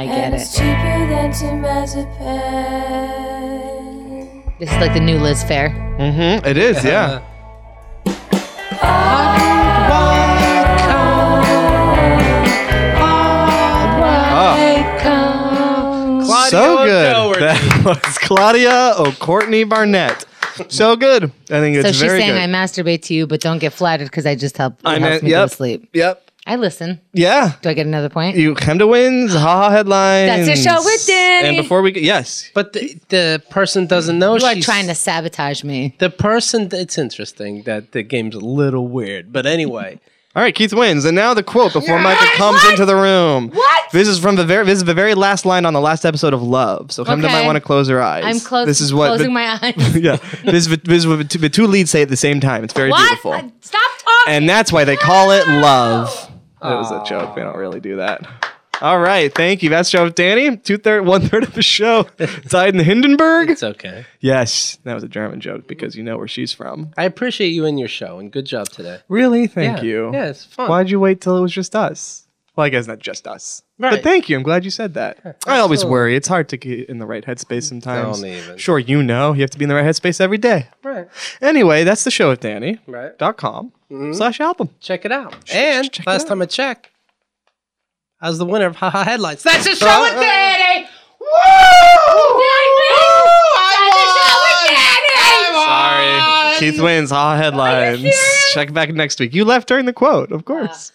[SPEAKER 5] And
[SPEAKER 3] get
[SPEAKER 5] it's
[SPEAKER 3] it.
[SPEAKER 5] cheaper than Temazepam.
[SPEAKER 3] This is like the new Liz Fair.
[SPEAKER 4] Mm-hmm. It is. Yeah. Oh,
[SPEAKER 2] Claudia
[SPEAKER 4] so
[SPEAKER 2] O'Doherty.
[SPEAKER 4] good. That was Claudia O'Courtney Barnett. So good. I think it's
[SPEAKER 3] So she's
[SPEAKER 4] very
[SPEAKER 3] saying
[SPEAKER 4] good.
[SPEAKER 3] I masturbate to you, but don't get flattered because I just help. It
[SPEAKER 4] I
[SPEAKER 3] helps
[SPEAKER 4] mean,
[SPEAKER 3] me go
[SPEAKER 4] yep.
[SPEAKER 3] to sleep.
[SPEAKER 4] Yep.
[SPEAKER 3] I listen.
[SPEAKER 4] Yeah.
[SPEAKER 3] Do I get another point?
[SPEAKER 4] You come to wins. Ha ha headlines.
[SPEAKER 3] That's a show with Danny.
[SPEAKER 4] And before we get yes,
[SPEAKER 2] But the, the person doesn't know.
[SPEAKER 3] You are
[SPEAKER 2] she's-
[SPEAKER 3] trying to sabotage me.
[SPEAKER 2] The person. It's interesting that the game's a little weird. But anyway,
[SPEAKER 4] All right, Keith wins, and now the quote before Michael comes into the room. What? This is from the very this is the very last line on the last episode of Love. So come to
[SPEAKER 3] Okay.
[SPEAKER 4] might want to close her eyes.
[SPEAKER 3] I'm close,
[SPEAKER 4] This is what
[SPEAKER 3] closing
[SPEAKER 4] the,
[SPEAKER 3] my eyes.
[SPEAKER 4] yeah. This is what- this is what the two, the two leads say at the same time. It's very
[SPEAKER 3] what?
[SPEAKER 4] beautiful,
[SPEAKER 3] I- Stop talking.
[SPEAKER 4] and that's why they call it Love. It was a joke. We don't really do that. All right, thank you. That's show with Danny. Two third, one third of the show died in Hindenburg.
[SPEAKER 2] it's okay.
[SPEAKER 4] Yes, that was a German joke because you know where she's from.
[SPEAKER 2] I appreciate you and your show, and good job today.
[SPEAKER 4] Really? Thank
[SPEAKER 2] Yeah.
[SPEAKER 4] you.
[SPEAKER 2] Yeah, it's fun.
[SPEAKER 4] Why'd you wait till it was just us? Well, I guess not just us. But
[SPEAKER 2] Right.
[SPEAKER 4] thank you. I'm glad you said that. I always worry. It's hard to get in the right headspace sometimes.
[SPEAKER 2] Don't even.
[SPEAKER 4] Sure, you know. You have to be in the right headspace every day.
[SPEAKER 2] Right.
[SPEAKER 4] Anyway, that's the show at Danny.
[SPEAKER 2] Right.
[SPEAKER 4] Dot com slash album.
[SPEAKER 2] Check it out. And
[SPEAKER 4] check it
[SPEAKER 2] last
[SPEAKER 4] out.
[SPEAKER 2] time I checked, I was the winner of Haha Headlights. That's a show with Danny. Woo!
[SPEAKER 4] Sorry. Keith wins. Ha headlines. Check back next week. You left during the quote, of course.